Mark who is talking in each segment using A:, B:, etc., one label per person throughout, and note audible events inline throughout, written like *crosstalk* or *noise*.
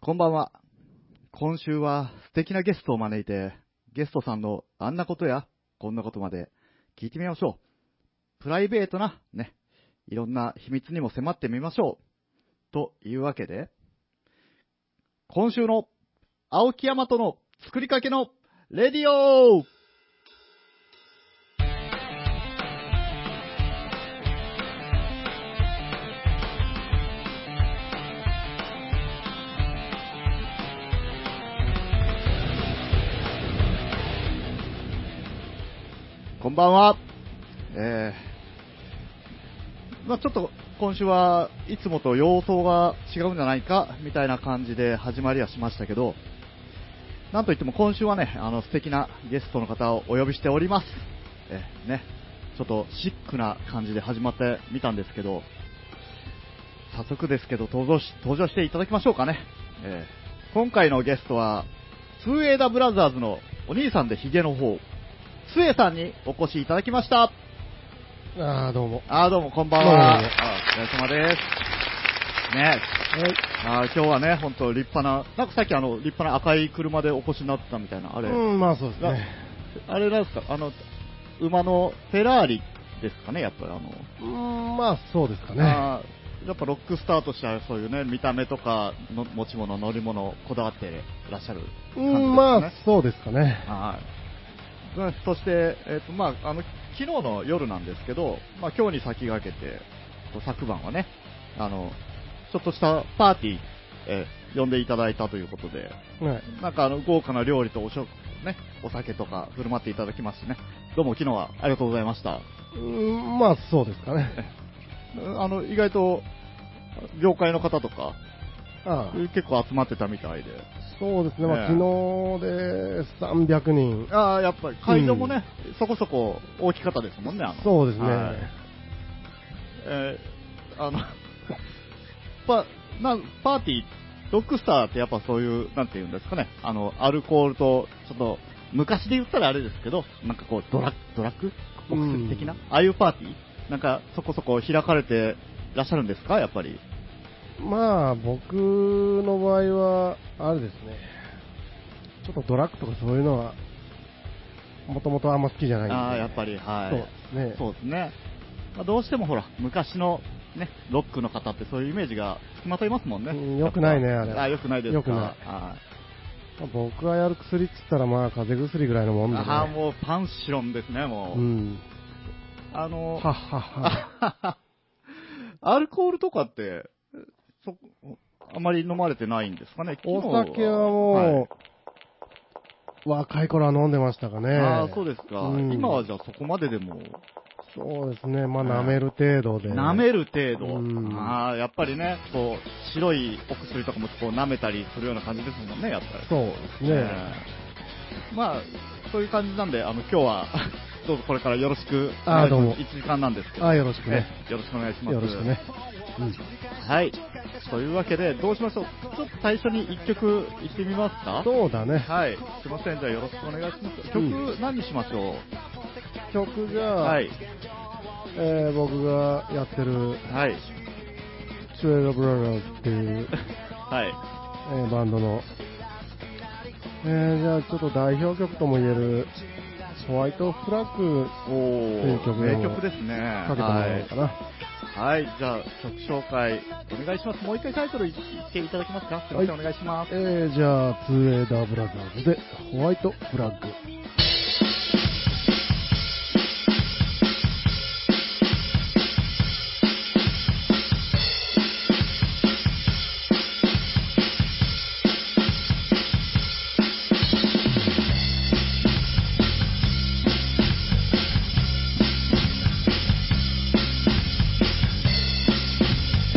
A: こんばんは。今週は素敵なゲストを招いて、ゲストさんのあんなことやこんなことまで聞いてみましょう。プライベートな、ね、いろんな秘密にも迫ってみましょう。というわけで、今週の青木大和の作りかけのレディオこんばんは。えー、まあちょっと今週はいつもと様相が違うんじゃないかみたいな感じで始まりはしましたけど、なんといっても今週はね、あの素敵なゲストの方をお呼びしております。えーね、ちょっとシックな感じで始まってみたんですけど、早速ですけど登場し登場していただきましょうかね。えー今回のゲストは、2A ダブラザーズのお兄さんでヒゲの方、つえさんにお越しいただきました。
B: ああ、どうも。
A: あーどうもこんばんは。あーお疲れ様です。ね
B: はい。
A: あー今日はね、本当立派な、なんかさっきあの、立派な赤い車でお越しになったみたいな、あれ、
B: うん、まあそうです
A: な
B: ね。
A: あれなんですか、あの、馬のフェラーリですかね、やっぱりあの、
B: うん、まあそうですかね。
A: あーやっぱロックスターとしてはそういうね、見た目とかの持ち物、乗り物、こだわっていらっしゃる
B: う
A: 感じですね
B: ん、まあそうですかね。
A: はい、まあそして、えっとまあ、あの昨日の夜なんですけど、まあ、今日に先駆けて、こう昨晩はねあの、ちょっとしたパーティー、えー呼んでいただいたということで、
B: はい。
A: なんかあの豪華な料理とお食、ね、お酒とか振る舞っていただきましてね、どうも昨日はありがとうございました。
B: うん、まあそうですかね。
A: あの意外と業界の方とか、
B: ああ
A: 結構集まってたみたいで、
B: そうですね。まあ
A: ええ
B: 昨日で300人。
A: あーやっぱり会場もね、そこそこ大きかったですもんね、あの
B: そうですね。
A: はいえーあの、 *laughs* パ、な、パーティー、ロックスターってやっぱそういう、なんていうんですかね、あの、アルコールと、ちょっと、昔で言ったらあれですけど、なんかこう、ドラ、ドラッグお薬的な、
B: うん
A: ああいうパーティーなんか、そこそこ開かれていらっしゃるんですかやっぱり。
B: まあ僕の場合は、あれですね。ちょっとドラッグとかそういうのは、もともとあんま好きじゃないんで。
A: ああ、やっぱり、はい。
B: そうですね。
A: そうですね。まあ、どうしてもほら、昔の、ね、ロックの方ってそういうイメージがつきまといますもんね。
B: うん良くないねあれ
A: あ、よくないですか。
B: 良くない
A: はい
B: まあ僕がやる薬って言ったらまあ風邪薬ぐらいのもんで、ね。
A: ああ、もうパンシロンですね、もう。
B: うん。
A: あの、
B: はっはっは。
A: *laughs* アルコールとかって、そあまり飲まれてないんですかね、
B: *laughs* お
A: 昨日
B: 酒はもう、若い頃は飲んでましたかね。
A: はいああ、そうですか、
B: うん
A: 今はじゃあそこまででも、
B: そうですね。まあ、
A: はい
B: 舐める程度で。
A: 舐める程度、
B: うん
A: ああやっぱりね、こう白いお薬とかもこう舐めたりするような感じですもんね、やっぱり。
B: そうです
A: え
B: ね。
A: えまあ、そういう感じなんで、あの今日は *laughs* どうぞこれからよろしくお
B: あ
A: 願
B: あ
A: いし
B: どう
A: ま
B: も
A: す、1時間なんですけど、
B: ああ、よろしくね。
A: ええよろしくお願いします。
B: よろしくね。
A: はい。というわけで、どうしましょう。ちょっと最初に1曲いってみますか
B: そうだね。
A: はい。すいません。じゃあよろしくお願いします。
B: う
A: 曲何にしましょう、
B: 曲が、
A: はい。
B: えー僕がやってる、
A: はい。
B: ツエロブラザーズっていう、
A: はい。
B: えーバンドの、えーじゃあちょっと代表曲とも言える、ホワイトフラッグ
A: *laughs* お
B: いう曲
A: ー、
B: を
A: 名曲ですね。
B: かけてもらおうかな。
A: はい。はい。じゃあ曲紹介お願いします。もう一回タイトル言っていただけますかすいません。
B: はい
A: お願いします。
B: えーじゃあ、ツーエイダーブラザーズで、ホワイトフラッグ。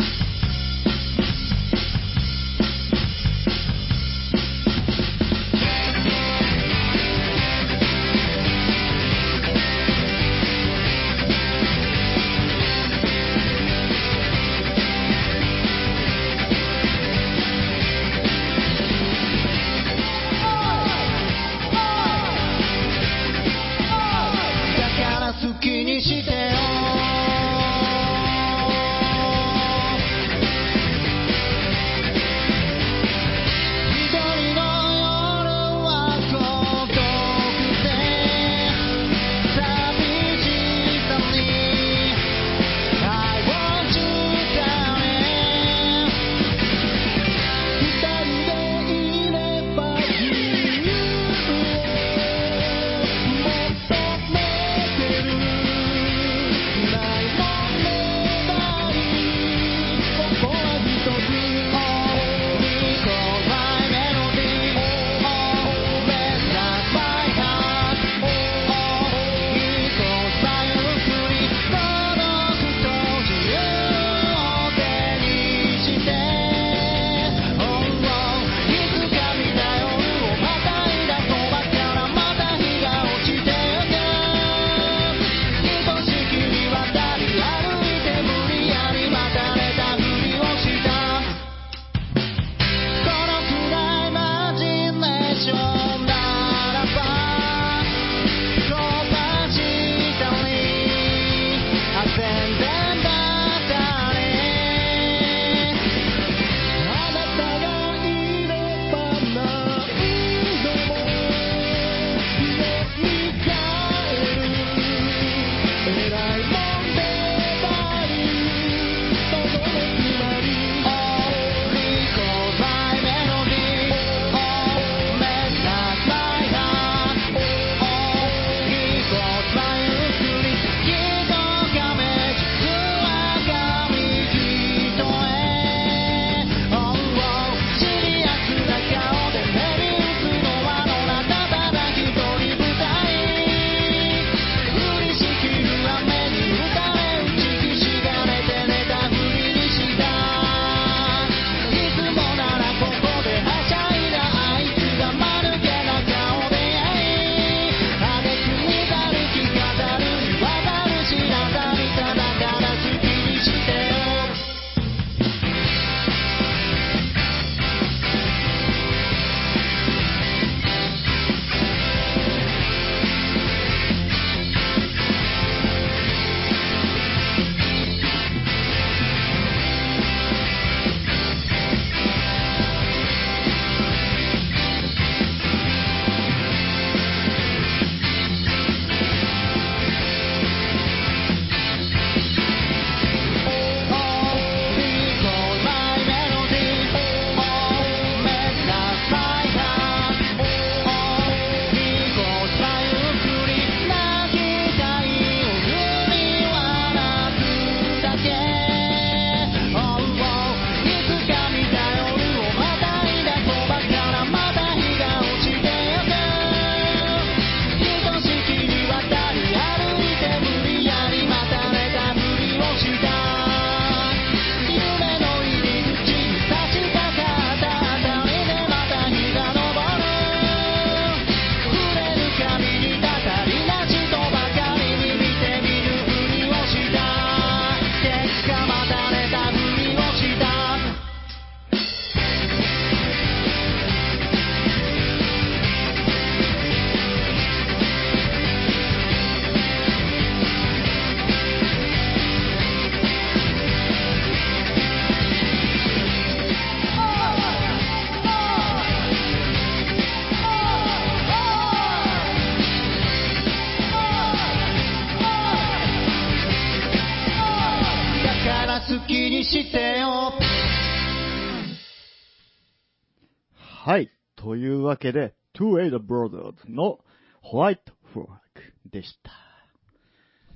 C: 「君の声が聞こえる」
A: はい。というわけで、Two Aid Brothers のホワイトフォークでし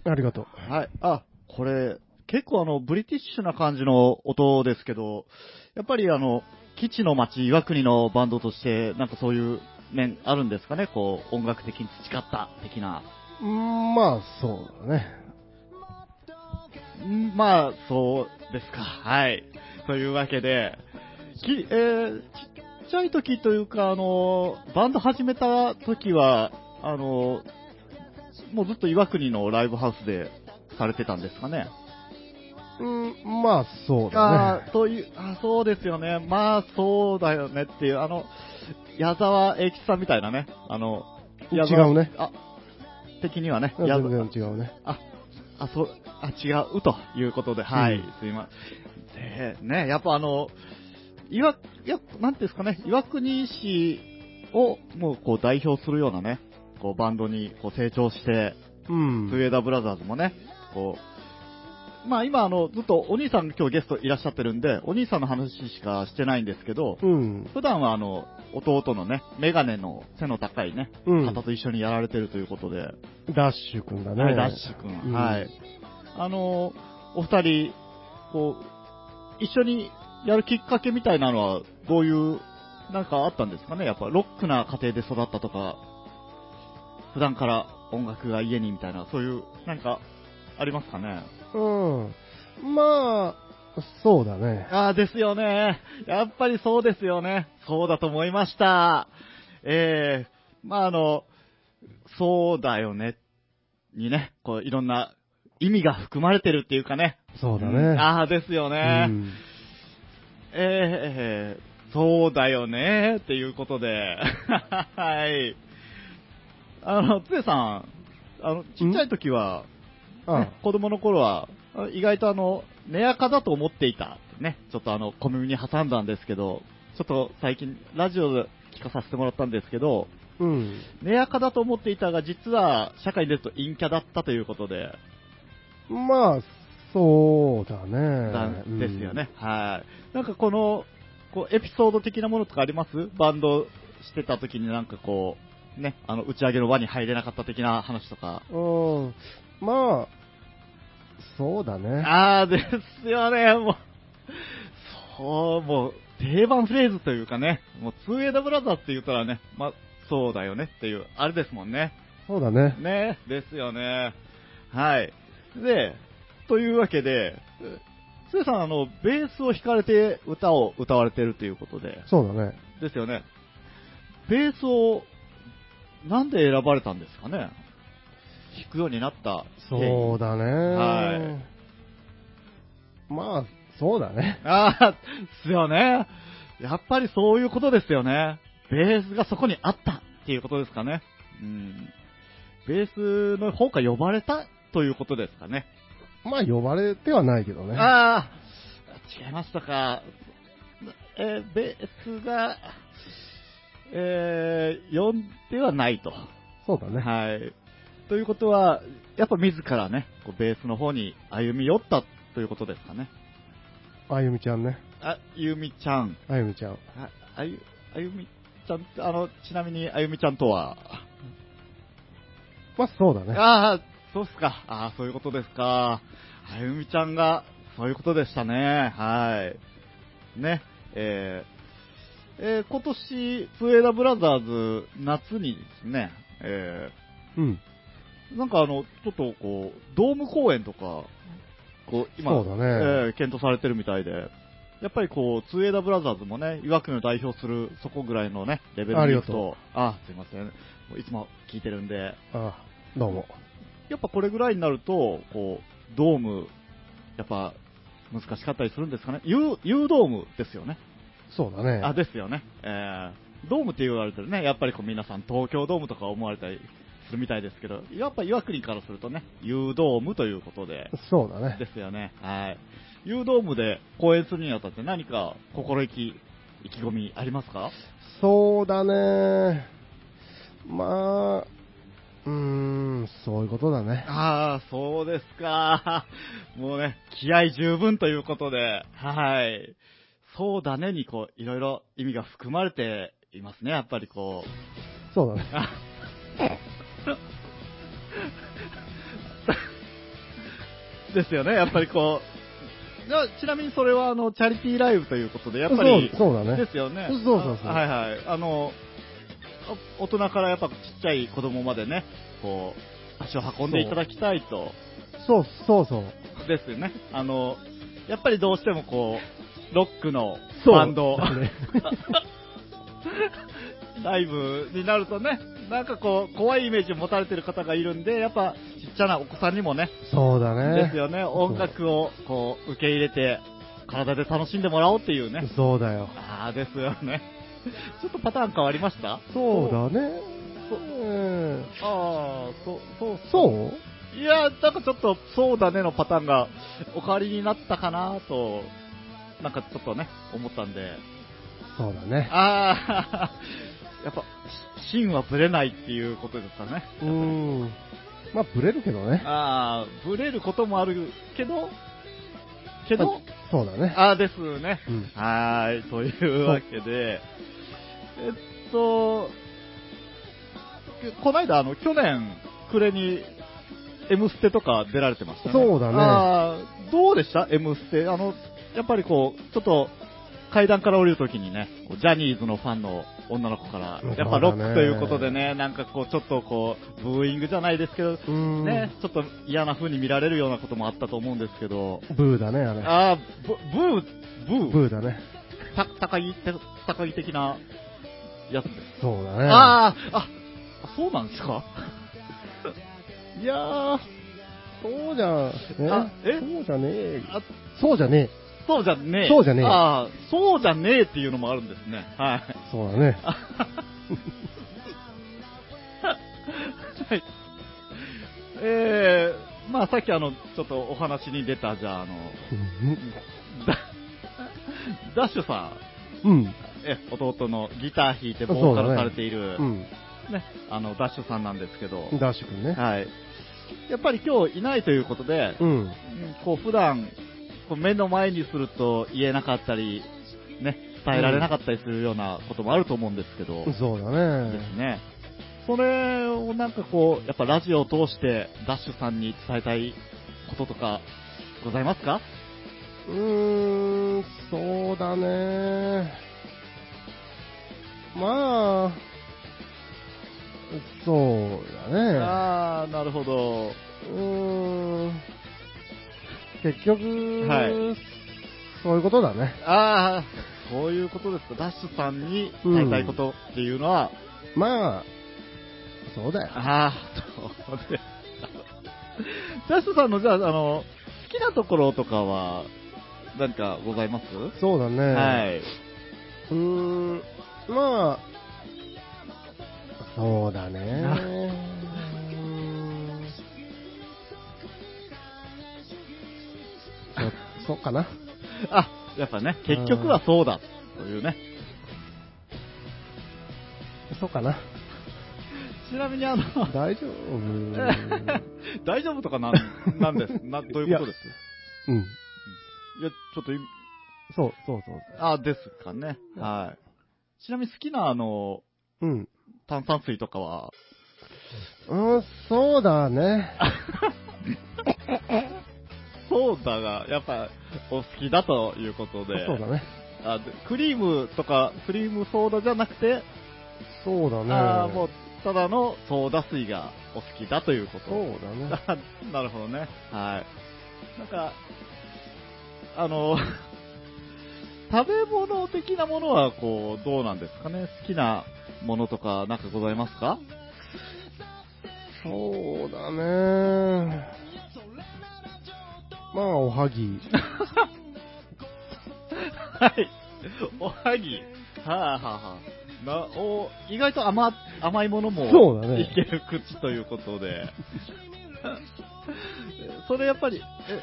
A: た。
D: ありがとう。
A: はい。あ、これ、結構あの、ブリティッシュな感じの音ですけど、やっぱりあの、基地の町、岩国のバンドとして、なんかそういう面あるんですかね、こう、音楽的に培った的な。
D: うーん、まあ、そうだね。
A: んまあ、そうですか。はい。というわけで、き、えー、ちっちゃい時というか、あの、バンド始めた時は、あの、もうずっと岩国のライブハウスでされてたんですかね。
D: うーん、まあ、そうだ
A: あ
D: ね
A: ー。という、あ、そうですよね。まあ、そうだよねっていう、あの、矢沢永吉さんみたいなね、あの、
D: 違
A: 矢沢
D: うね。
A: あ、的にはね、
D: 全
A: 矢沢
D: 然違うね。
A: あ、あ、そう、あ、違うということで、はい、
D: うん
A: すいません。でね、やっぱあの、岩、いや、なんていうんですかね、岩国市をもうこう代表するようなね、こうバンドにこう成長して、
D: うん。
A: トゥエダブラザーズもね、こう、まあ今あの、ずっとお兄さん今日ゲストいらっしゃってるんで、お兄さんの話しかしてないんですけど、
D: うん。
A: 普段はあの、弟のね、メガネの背の高いね、
D: うん
A: 方と一緒にやられてるということで、
D: ダッシュくんだ
A: は
D: ね。
A: い、ダッシュ君、
D: うん
A: はい。あの、お二人、こう、一緒にやるきっかけみたいなのは、どういう、なんかあったんですかねやっぱ、ロックな家庭で育ったとか、普段から音楽が家にみたいな、そういう、なんか、ありますかね
D: うん。まあ、そうだね。
A: ああ、ですよね。やっぱりそうですよね。そうだと思いました。ええまああの、そうだよね。にね、こう、いろんな意味が含まれてるっていうかね。
D: そうだ
A: ん
D: ね。
A: ああ、ですよね。
D: うん
A: ええそうだよね。っていうことで。 *laughs* はい。あの、つえさん、あの、ちっちゃい時は、
D: あ
A: ね、子供の頃は、あ意外とあの、寝垢だと思っていた、ね、ちょっとあの、小耳に挟んだんですけど、ちょっと最近、ラジオで聞かさせてもらったんですけど、
D: うん。
A: 寝垢だと思っていたが、実は、社会に出ると陰キャだったということで、
D: まあ、そうだ
A: な
D: ね。
A: んですよね。はい。なんかこの、こう、エピソード的なものとかありますバンドしてた時になんかこう、ね、あの、打ち上げの輪に入れなかった的な話とか。
D: うん。うん。まあ、そうだね。
A: ああ、ですよね、もう。そう、もう、定番フレーズというかね、もう、ツーエイドブラザーって言ったらね、まあ、そうだよねっていう、あれですもんね。
D: そうだね。
A: ね、ですよね。はい。で、というわけで、つえさん、あの、ベースを弾かれて歌を歌われてるということで、
D: そうだね。
A: ですよね。ベースを、なんで選ばれたんですかね弾くようになった経緯。
D: そうだね。
A: は
D: まあ、そうだね。
A: ああ、ですよね。やっぱりそういうことですよね。ベースがそこにあったっていうことですかね。うん。ベースの方から呼ばれたということですかね。
D: まあ、呼ばれてはないけどね。
A: ああ、違いましたか。えーベースが、えー呼んではないと。
D: そうだね。
A: はい。ということは、やっぱ自らね、こうベースの方に歩み寄ったということですかね。
D: あゆみちゃんね。
A: あ、ゆみちゃん。
D: あゆみちゃん。
A: ああゆ、あゆみちゃん、あの、ちなみにあゆみちゃんとは、
D: まあ、そうだね。
A: ああ、そうっすか。ああ、そういうことですか。あゆみちゃんが、そういうことでしたね。はい。ね、えー、えー今年、ツエダブラザーズ、夏にですね、え
D: うん。
A: ー、なんかあの、ちょっとこう、ドーム公演とか、こう、今、
D: そうだね
A: えー検討されてるみたいで、やっぱりこう、ツーエイダブラザーズもね、岩国を代表する、そこぐらいのね、レベルに行くと、あすいません、もういつも聞いてるんで、
D: あどうも。
A: やっぱこれぐらいになると、こう、ドーム、やっぱ、難しかったりするんですかね。U, U ドームですよね。
D: そうだね。
A: あ、ですよね。えー、ドームって言われてるね、やっぱりこう皆さん東京ドームとか思われたりするみたいですけど、やっぱ岩国からするとね、U ドームということで、
D: そうだね。
A: ですよね。はい。ユードームで公演するにあたって何か心意気、意気込みありますか
D: そうだね。まあ、うーん、そういうことだね。
A: ああ、そうですか。 *laughs* もうね、気合十分ということで、はい。そうだねにこう、いろいろ意味が含まれていますね、やっぱりこう。 *laughs*
B: そうだね。
A: あですよね、やっぱりこう。じゃあちなみにそれはあのチャリティーライブということで、やっぱり
B: そうそうだね
A: ですよね。
B: そうそうそうそう
A: あはいはい。あの、お大人からやっぱちっちゃい子供までね、こう、足を運んでいただきたいと。
B: そうそうそう。
A: ですよね。あの、やっぱりどうしてもこう、ロックの
B: そう
A: バンド
B: だね、
A: *laughs* ライブになるとね、なんかこう、怖いイメージを持たれてる方がいるんで、やっぱちっちゃなお子さんにもね、
B: そうだね。
A: ですよね、
B: そう
A: 音楽をこう、受け入れて、体で楽しんでもらおうっていうね。
B: そうだよ。
A: ああ、ですよね。 *laughs* ちょっとパターン変わりました
B: そうだね。
A: そう
B: うん
A: ああ、そう、そう、
B: そう
A: う。いや、なんかちょっと、そうだねのパターンが、お代わりになったかなと、なんかちょっとね、思ったんで。
B: そうだね。
A: ああ、 *laughs* やっぱ、し芯はぶれないっていうことですかね。
B: うん。まあ、ブレるけどね。
A: ああ、ぶれることもあるけど、けど、
B: そうだね。
A: *laughs* ああですね。
B: うん
A: はーい、というわけで、えっと、けこないだ、あの、去年、暮れに、M ステとか出られてましたね。
B: そうだね
A: あーどうでした ?M ステ。あの、やっぱりこう、ちょっと、階段から降りるときにね、こうジャニーズのファンの女の子から
B: そうだ、ね
A: やっぱロックということでね、なんかこう、ちょっとこう、ブーイングじゃないですけど、
B: うん。
A: ね、ちょっと嫌な風に見られるようなこともあったと思うんですけど、
B: ブーだね、あれ。
A: あー、ブブー、ブー、
B: ブーだね。
A: た高木て高木的なやつです。
B: そうだ
A: あー
B: ね。
A: あ、あそうなんですか *laughs* いやー、あ、
B: そうじゃ、
A: あえ
B: そうじゃねえ。そうじゃねえ。
A: そうじゃねえ。
B: そうじゃねえ
A: あーそうじゃねえっていうのもあるんですね。はい。 *laughs*
B: そうだね。
A: あはい。えー、まあさっきあの、ちょっとお話に出た、じゃああの、ダダッシュさん、
B: うん。
A: え弟のギター弾いてボーカルされている、
B: うん。
A: ね、あのダッシュさんなんですけど、
B: ダッシュ君ね。
A: はい、やっぱり今日いないということで、
B: うん。
A: うんこう普段こう目の前にすると言えなかったり、ね、伝えられなかったりするようなこともあると思うんですけど、
B: そうだ
A: で
B: ね
A: す。ね。それをなんかこう、やっぱラジオを通してダッシュさんに伝えたいこととかございますか
B: うーん、そうだね。まあ、そうだね。
A: ああ、なるほど。
B: うーん。結局、
A: はい
B: そういうことだね。
A: ああ、そういうことですか。ダッシュさんに伝えたいことっていうのは、
B: まあ、そうだよ。
A: ああ、そうです。ダッシュさんの、じゃあ、あの、好きなところとかは、何かございます、
B: そうだね。
A: はい。
B: うーん、まあ、そうだね。うーんそそうかな。
A: あ、やっぱね、結局はそうだ、というね。
B: そうか *laughs* な。
A: ちなみに、あの、
B: 大丈夫。う
A: *laughs* 大丈夫とかなん、なん *laughs* です、なん、どういうことです
B: ん。
A: いや、ちょっとい、
B: そうそうそう。
A: あ、ですかね。はい。ちなみに好きな、あの、
B: うん。
A: 炭酸水とかは、
B: うん、そうだね。
A: そうだが、やっぱ、お好きだということで。
B: そうだね。
A: あでクリームとか、クリームソーダじゃなくて、
B: そうだね。
A: あーもう、ただのソーダ水がお好きだというこ
B: そう
A: と。
B: だね。
A: *laughs* なるほどね。はい。なんか、あの、 *laughs* 食べ物的なものは、こう、どうなんですかね好きなものとか、なんかございますか
B: そうだね。まあ、おはぎ。
A: はい。おはぎ。はあ、はあはあ、なお意外と甘甘いものも
B: そうだね
A: いける口ということで。 *laughs* それやっぱり、え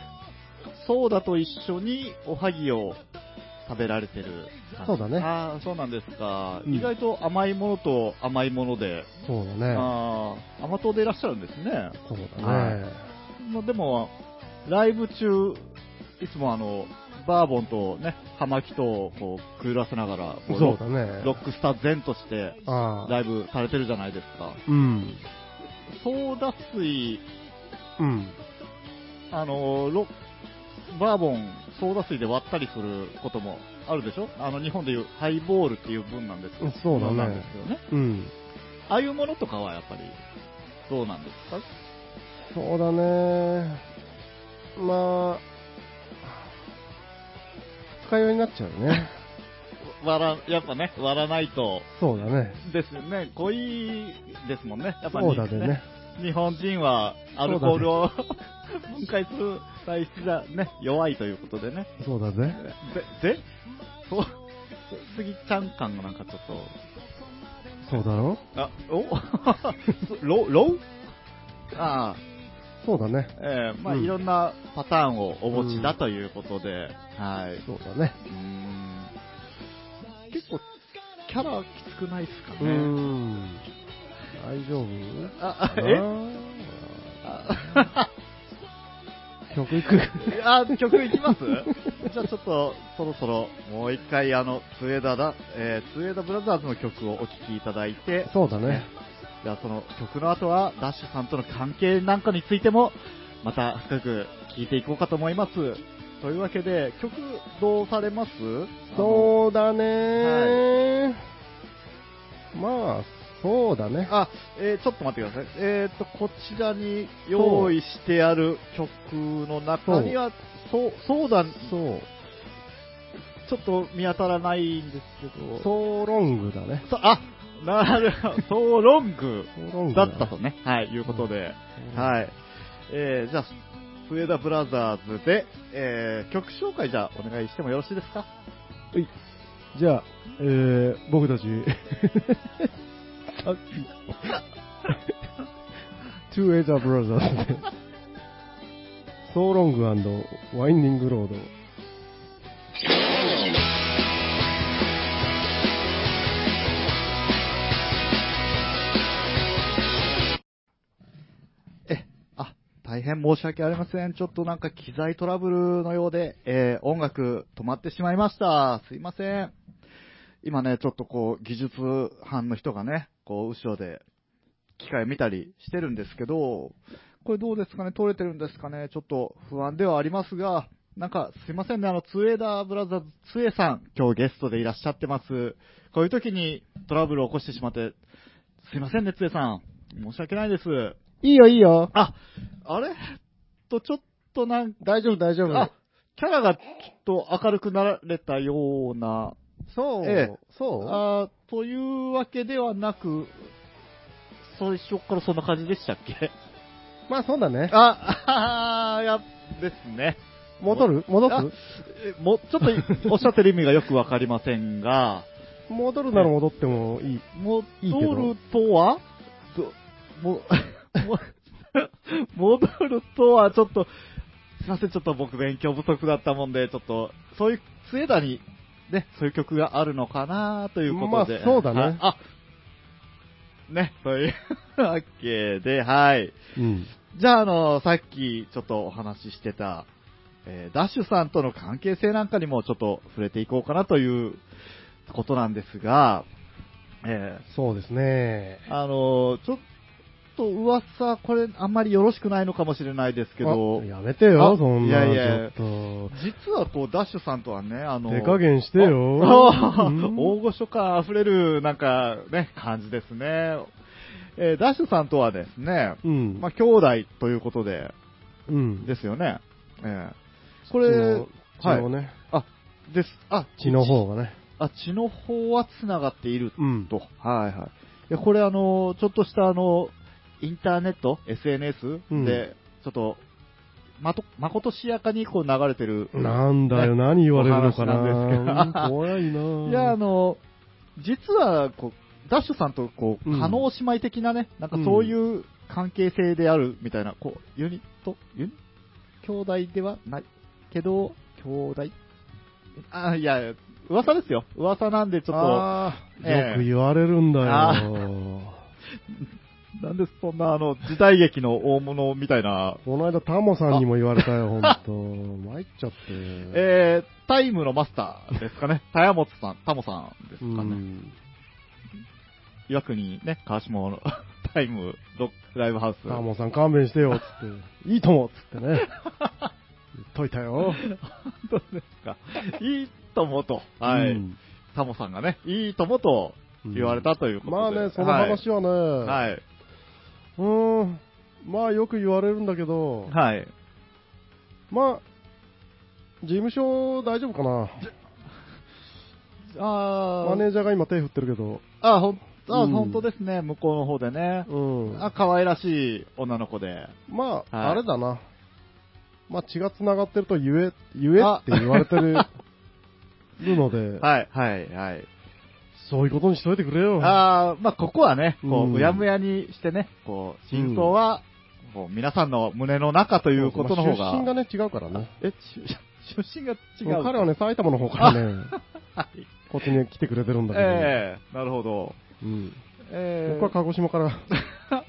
A: ソーダと一緒におはぎを食べられてる感じ
B: そうだね
A: ああ、そうなんですか、
B: うん
A: 意外と甘いものと甘いもので、
B: そうだね。
A: ああ甘党でいらっしゃるんですね。
B: そうだ
A: は
B: ね。
A: まあ、でも、ライブ中、いつもあの、バーボンとね、葉巻とこう、くぐらせながら、こ
B: そうだね。
A: ロックスター前として、
B: ああ。
A: ライブされてるじゃないですか。
B: うん。
A: ソーダ水、
B: うん。
A: あの、ロバーボン、ソーダ水で割ったりすることもあるでしょあの、日本でいうハイボールっていう分なんですけど。
B: そうだね
A: なんですよね。
B: うん。
A: ああいうものとかはやっぱり、どうなんですか
B: そうだね。まあ、二日酔いになっちゃうね。
A: 割ら、やっぱね、割らないと、
B: そうだね。
A: ですよね。濃いですもんね。やっぱり、
B: そうだでね。
A: 日本人はアルコールを、分解する体質がね、弱いということでね。
B: そうだぜ。
A: で、で、そう、杉ちゃん感がなんかちょっ
B: そうだろ
A: と、あ、お *laughs* ロロああ、
B: そうだね。
A: ええまあ、
B: うん
A: いろんなパターンをお持ちだということで、はい。う
B: そうだね。
A: ーん結構、キャラきつくないですか
B: うー
A: ね。
B: ん。大丈夫
A: ああ
B: かな
A: えあ *laughs*
B: 曲いく
A: あ、曲いきますじゃあちょっと、そろそろ、もう一回、あの、スウェーダだ、えー、スウェーダブラザーズの曲をお聴きいただいて、
B: *laughs* そうだね。
A: じゃあその曲の後は、ダッシュさんとの関係なんかについても、また深く聞いていこうかと思います。というわけで、曲どうされます
B: そうだねまあ、そうだね。
A: あ、えーちょっと待ってください。えっ、と、こちらに用意してある曲の中には、そう、そうだ、
B: そう。
A: ちょっと見当たらないんですけど。
B: ソーロングだね。
A: そうあ、なるほど、そうロング
B: ソーロング
A: だ
B: だ
A: ったとね。はい、いうことで。
B: い。
A: はい。えー、じゃあ、スウェーダブラザーズで、えー、曲紹介じゃあお願いしてもよろしいですか
B: はいじゃあ、えー、僕 *laughs* たち、あトゥエザーブラザーズで、ソーロングワインディングロード。
A: え、あ、大変申し訳ありません。ちょっとなんか機材トラブルのようで、えー、音楽止まってしまいました。すいません。今ね、ちょっとこう、技術班の人がね、こう、後ろで、機械見たりしてるんですけど、これどうですかね取れてるんですかねちょっと不安ではありますが、なんかすいませんね、あの、ツエダーブラザーズ、ツエさん、今日ゲストでいらっしゃってます。こういう時にトラブルを起こしてしまって、すいませんね、ツエさん。申し訳ないです。
B: いいよいいよ。
A: あ、あれと、ちょっとなんか、
B: 大丈夫大丈
A: あ、キャラがちょっと明るくなられたような、
B: そう、
A: ええ
B: そう
A: あーというわけではなく、最初からそんな感じでしたっけ
B: まあそうだね。
A: あ、あ *laughs* ーや、ですね。
B: 戻る戻す
A: えもう、ちょっとおっしゃってる意味がよくわかりませんが、
B: 戻るなら戻ってもいい。
A: 戻
B: いいけど
A: るとはど
B: *laughs*
A: もも戻るとはちょっと、すいません、ちょっと僕勉強不足だったもんで、ちょっと、そういう、スエダに、ね、そういう曲があるのかなということで。
B: まあそうだね
A: はいあ、ね、そういうわけで、はい。
B: うん。
A: じゃあ、あの、さっきちょっとお話ししてた、えーダッシュさんとの関係性なんかにもちょっと触れていこうかなということなんですが、えー
B: そうですね。
A: あのちょっと噂、これあんまりよろしくないのかもしれないですけど
B: あ、やめて
A: あ
B: よ、そんな。
A: いやいや
B: ちょっと。
A: 実はこう、ダッシュさんとはね、あの、
B: 手加減してよ。
A: あ
B: うん
A: 大御所感あふれる、なんかね、感じですね。えーダッシュさんとはですね、
B: うん。
A: まあ、兄弟ということで、
B: うん。
A: ですよね。ええこ
B: こ
A: れ、
B: 血のね、
A: あ、です、あ、
B: 血の方がね。
A: あ、血の方は繋がっている
B: うん。
A: と。はいはい。いや、これあの、ちょっとしたあの、インターネット、SNS で、
B: うん
A: ちょっと、まと、まことしやかにこう流れてる。
B: なんだよ、何言われるのか
A: お話
B: な。
A: なんですけど
B: うん怖いな。
A: いや、あの、実は、こう、ダッシュさんと、こう、
B: うん
A: 加納姉妹的なね、なんかそういう関係性であるみたいな、こう、ユニット、ユニ兄弟ではないけど、兄弟あ、いや、噂ですよ。噂なんで、ちょっと、
B: あー
A: ええ
B: よく言われるんだ
A: あ
B: よ。
A: なんでそんなあの、時代劇の大物みたいな、
B: この間、タモさんにも言われ
A: *laughs*
B: たよ、ほんと。参っちゃって。え
A: えー、タイムのマスターですか
B: *laughs*
A: ね。田山本さん、タモさんです
B: う
A: かね。
B: ん。
A: 岩国ね、川下の *laughs* タイムドッグライブハウス。
B: タモさん勘弁してよ、つって。いいとも、つってね。言っといたよ。
A: どうですか。いいともと、はい、
B: うん
A: タモさんがね、いいともと言われたということで。
B: まあね、その話はね、
A: はい。はい。
B: うーん、まあよく言われるんだけど、
A: はい、
B: まあ、事務所大丈夫かな。
A: あ
B: マネージャーが今手振ってるけど、
A: あ、ほん、あ、
B: うん
A: 本当ですね、向こうの方でね。
B: うん。
A: あ、可愛らしい女の子で。
B: まあ、
A: はい
B: あれだな。まあ血が繋がってると言え、言えって言われてるるので、
A: *laughs* はい、はい、はい。
B: そういうことにしといてくれよ。
A: あーまあ、ここはね、こ
B: うん
A: う、うやむやにしてね、こう、真相は、こう、皆さんの胸の中ということの方
B: ま
A: が。
B: あ出身がね、違うからね。
A: え、出出身が違う。
B: 彼はね、埼玉の方か
A: *laughs*
B: らね、
A: はい、
B: こっちに来てくれてるんだけど、
A: ええなるほど。
B: うん
A: ええ
B: 僕は鹿児
A: *laughs*
B: 島から、だか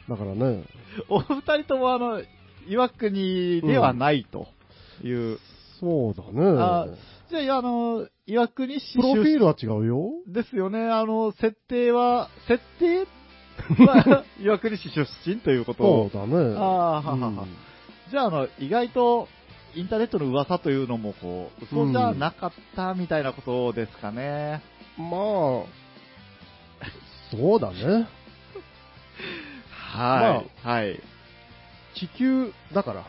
B: らね、
A: お二人とも、あの、岩国ではないという。
B: そうだ
A: あ
B: ね。
A: じゃあ、あの、岩国市
B: プロフ
A: 出
B: ィールは違うよ。
A: ですよね、あの、設定
B: *laughs*
A: は、設定 *laughs* は岩国市出身ということ
B: そ
A: を
B: うだね。
A: あーははは
B: うん
A: じゃあ、あの、意外と、インターネットの噂というのも、こう、嘘じゃなかったみたいなことですかね。
B: まあ、そうだね。
A: はい、はい。
B: 地球だから。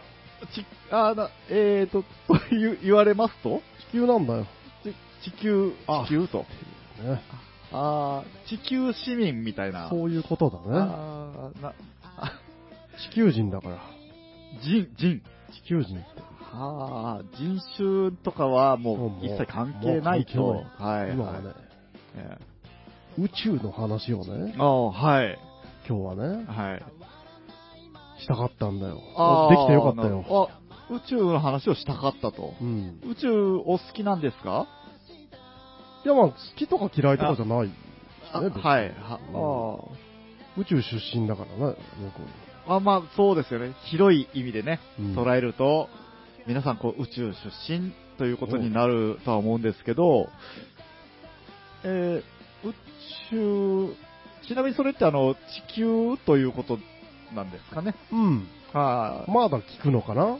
A: ち、あな、えーと、 *laughs* と言う言われますと、
B: 地球なんだよ。
A: ち地球、
B: あ
A: 地球と。
B: ね、
A: あー地球市民みたいな。
B: そういうことだね。
A: あーな、あ
B: 地球人だから。
A: 人、人。
B: 地球人って。
A: ああ、人種とかはも
B: も
A: う一切関係ないと。
B: もう関係
A: はい、
B: 今
A: は。
B: はいね、
A: え
B: 宇宙の話をね
A: え、ああ、はい。
B: 今日はね、
A: はい。
B: したかったんだよ
A: あ。あ
B: できてよかったよ。
A: なあ、宇宙の話をしたかったと。
B: うん。
A: 宇宙お好きなんですか
B: いやまあ、好きとか嫌いとかじゃない。
A: あ
B: ね別に
A: はい。
B: うん
A: は
B: 宇宙出身だからね、僕
A: あああ、まあそうですよね。広い意味でね、
B: うん
A: 捉えると、皆さんこう宇宙出身ということになるとは思うんですけど、えー宇宙、ちなみにそれってあの、地球ということなんですかね。
B: うん。
A: はい、
B: まだ聞くのかな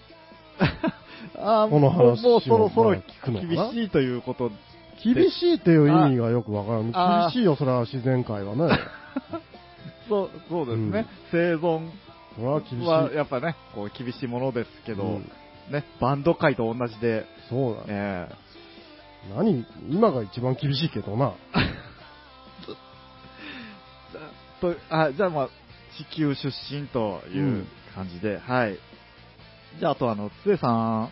A: あー
B: この話
A: もうもうそろ
B: を
A: そろ
B: まだ聞くのか
A: 厳
B: な
A: しいということ。
B: 厳しいっていう意味がよくわから
A: あ
B: ん。厳しいよ、それは自然界はね。
A: そう、そうですね。
B: それは
A: 生
B: 厳
A: 存
B: しい。
A: はやっぱね、こう厳しいものですけど、
B: うん
A: ね、バンド界と同じで、
B: そうだね。
A: え
B: 何今が一番厳しいけどな。
A: ーとあ、じゃあまあ、地球出身といううん感じで、はい。じゃああとあの、つえさん、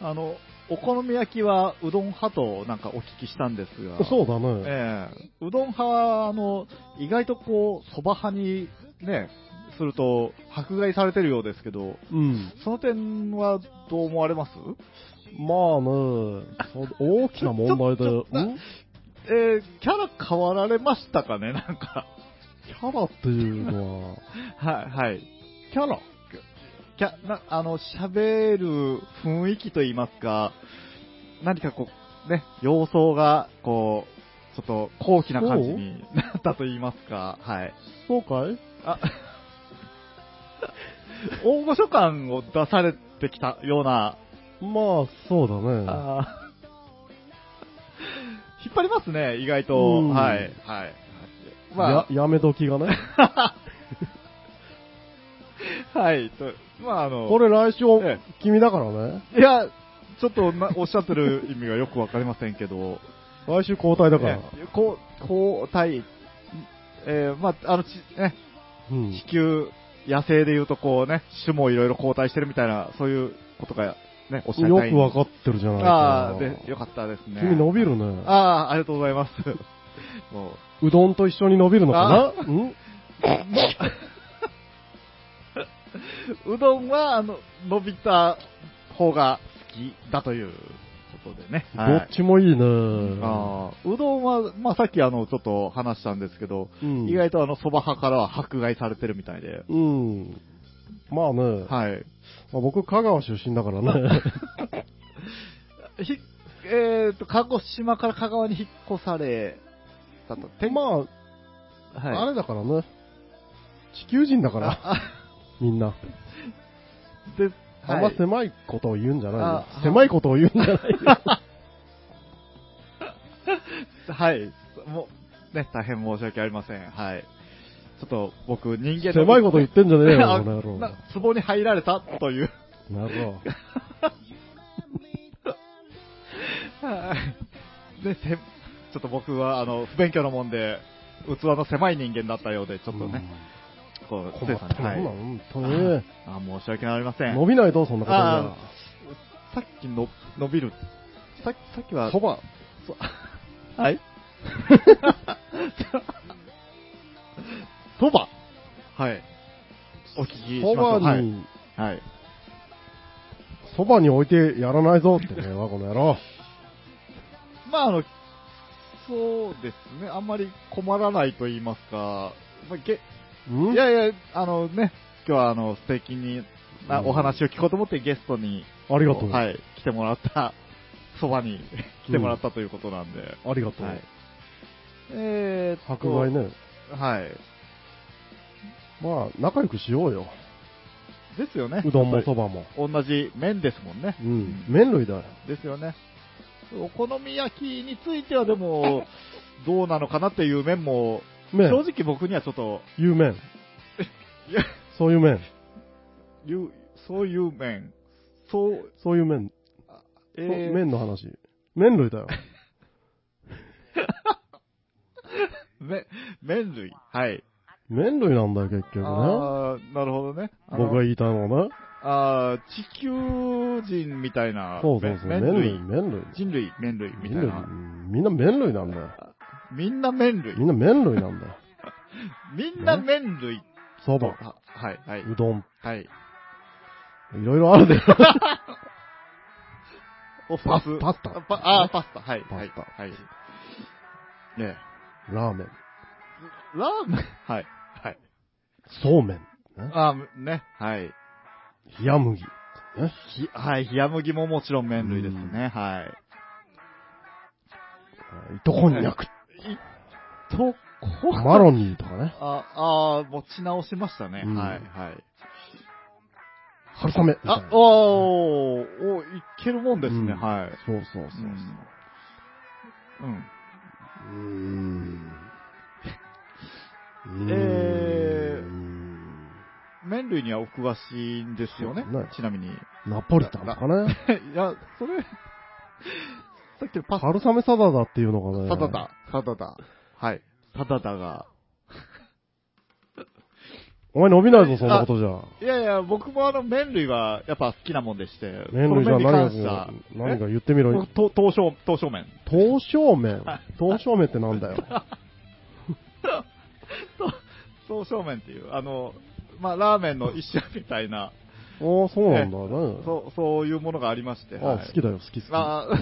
A: あの、お好み焼きはうどん派となんかお聞きしたんですが、
B: そうだね。
A: ええうどん派は、あの、意外とこう、そば派にね、すると、迫害されてるようですけど、
B: うん。
A: その点はどう思われます
B: まあね、そう大きな問題だ
A: ち
B: よ。
A: ょちょ
B: ん
A: えー、キャラ変わられましたかね、 *laughs* なんか。
B: キャラっていうのは、
A: はい、はい。
B: キャラ
A: キャ、な、あの、喋る雰囲気といいますか、何かこう、ね、様相が、こう、ちょっと高貴な感じになったと言いますか、はい。
B: そうかい
A: あ *laughs* 大御所感を出されてきたような、
B: まあ、そうだね。
A: あ *laughs* ー引っ張りますね、意外と。
B: うん
A: はい。はい。ま、
B: ややめ時がね。
A: あ、 *laughs* はい。とまあ、あの、
B: これ来週
A: え、
B: 君だからね。
A: いや、ちょっとなおっしゃってる意味がよくわかりませんけど、
B: 来週交代だから。
A: えこう、交代、えーまあ、あの、ちね、
B: うん
A: 地。球、野生でいうとこうね、種もいろいろ交代してるみたいな、そういうことが、ね、おっしゃり
B: よ
A: たい
B: くわかってるじゃない
A: ああ、
B: か
A: で、よかったですね。
B: 君伸びるね。
A: ああ、ありがとうございます。 *laughs* もう、
B: うどんと一緒に伸びるのかなうん
A: *laughs* うどんは、あの、伸びた方が好きだというこことでね。
B: ど
A: はい
B: っちもいいね
A: あーうどんは、まあ、さっきあの、ちょっと話したんですけど、
B: うん
A: 意外とあの、蕎麦派からは迫害されてるみたいで、
B: うん。まあね、
A: はい。
B: まあ、僕、香川出身だか
A: *laughs*
B: らね。
A: ひえっ、と、鹿児島から香川に引っ越されたと。
B: まあ、
A: はい。
B: あれだからね。地球人だから、
A: あ
B: みんな。
A: *laughs* で、
B: あん
A: はい
B: ま狭いことを言うんじゃないよ。
A: あ
B: 狭いことを言うんじ
A: *laughs*
B: ゃないよ。
A: *laughs* はい。もう、ね、大変申し訳ありません。はい。ちょっと僕、人間の
B: 狭いこと言ってんじゃねえよ、
A: *laughs* あ
B: この野郎。
A: な壺に入られたという。
B: なるほ
A: はいで、せちょっと僕は、あの、不勉強なもんで、器の狭い人間だったようで、ちょ
B: ど。
A: っとね、こう、
B: 困った
A: ついさ
B: もんな、
A: い
B: 本当に。
A: あ、申し訳ありません。
B: 伸びないと、そんなことじゃ
A: あ。さっきの伸びる。さっき、さっきは、
B: そば。
A: そ *laughs* はい。そばはい。お聞きしまし
B: そ
A: ょう。
B: ば
A: はい。
B: に、
A: はい。
B: そばに置いてやらないぞって
A: *laughs*
B: ね、わこの野郎。
A: まあ、あの、そうですね。あんまり困らないと言いますか、まあ、げ
B: うん
A: いやいや、あのね、今日はあの素敵にな
B: うん
A: お話を聞こうと思ってゲストに、
B: ありがとう。
A: はい、来てもらった、そばに来てもらったということなんで、
B: ありがとう。
A: はい。えーっと
B: 迫害。ね。
A: はい。
B: まあ、仲良くしようよ。
A: ですよね。
B: *laughs* うどんも
A: やっぱ
B: そばも。
A: り同じ麺ですもんね。
B: うん。麺類だよ。
A: ですよね。お好み焼きについてはで
B: *laughs*
A: も、どうなのかなっていう面も、
B: 麺。
A: 正直僕にはちょっと、
B: 言う麺。
A: いや
B: そういう麺。
A: いうそういう面、そう、
B: そういう麺。
A: え
B: そう
A: ー
B: 麺の話。麺類だ *laughs* よ。
A: め麺類。はい。
B: 麺類なんだよ、結局ね。
A: ああ、なるほどね。あの
B: 僕が言いたいのはね。
A: あー地球人みたいな。
B: そうそうそう。
A: め
B: 麺
A: 麺
B: 類、
A: 類。
B: 麺類。
A: 人類、麺類み
B: 麺
A: たい
B: 類
A: な。。
B: みんな麺類なんだよ。
A: みんな麺類
B: み。んな麺類なんだよ。
A: みんな麺類。
B: そば、
A: ははい、はい、
B: うどん、
A: はい。
B: いろいろあ *laughs* るで。
A: お
B: パスパスタ
A: パあー、パスタ。はい、
B: パスタ
A: はい。はい。ね
B: ラーメン、
A: えラーメン。はい、はい。
B: そうめん、
A: あーね、はい。
B: 冷麦。ね
A: ひ、はい、冷麦ももちろん麺類ですね、はい。
B: 糸こんにゃく、
A: と、こ
B: マロニーとかね。
A: あ、あー持ち直しましたね。
B: うん
A: はい、はい。
B: 春雨みたい
A: あ
B: な。、
A: おー、お、いけるもんですね、
B: うん
A: はい。
B: そうそうそうそうう。
A: ん。うん
B: うーん。
A: えー
B: うーん
A: 麺類にはお詳しいんですよね
B: そうね、
A: ちなみに。い *laughs*
B: ナポリタンとかね。
A: や、それ、さっきのパス
B: 春雨サダダっていうのがね。
A: タ、サダ。ダ、サダダ。はい。サダダが。
B: お前伸びないぞ、そんなことじ
A: い
B: ゃ。
A: やいや、僕もあの、麺類はやっぱ好きなもんでして、
B: 麺類じゃ
A: この
B: 何
A: 麺に
B: が
A: 関、しては
B: 何か言ってみ
A: え
B: ろよ
A: 僕。刀刀削、刀削麺。 *laughs*
B: 刀削麺。刀削麺ってなんだよ。
A: 刀削麺っていう、あの、まあ、ラーメンの一種みたいな、
B: ああ、そうなんだね。
A: そう、そういうものがありまして。
B: ああ、好きだよ、好き好き。
A: あ *laughs*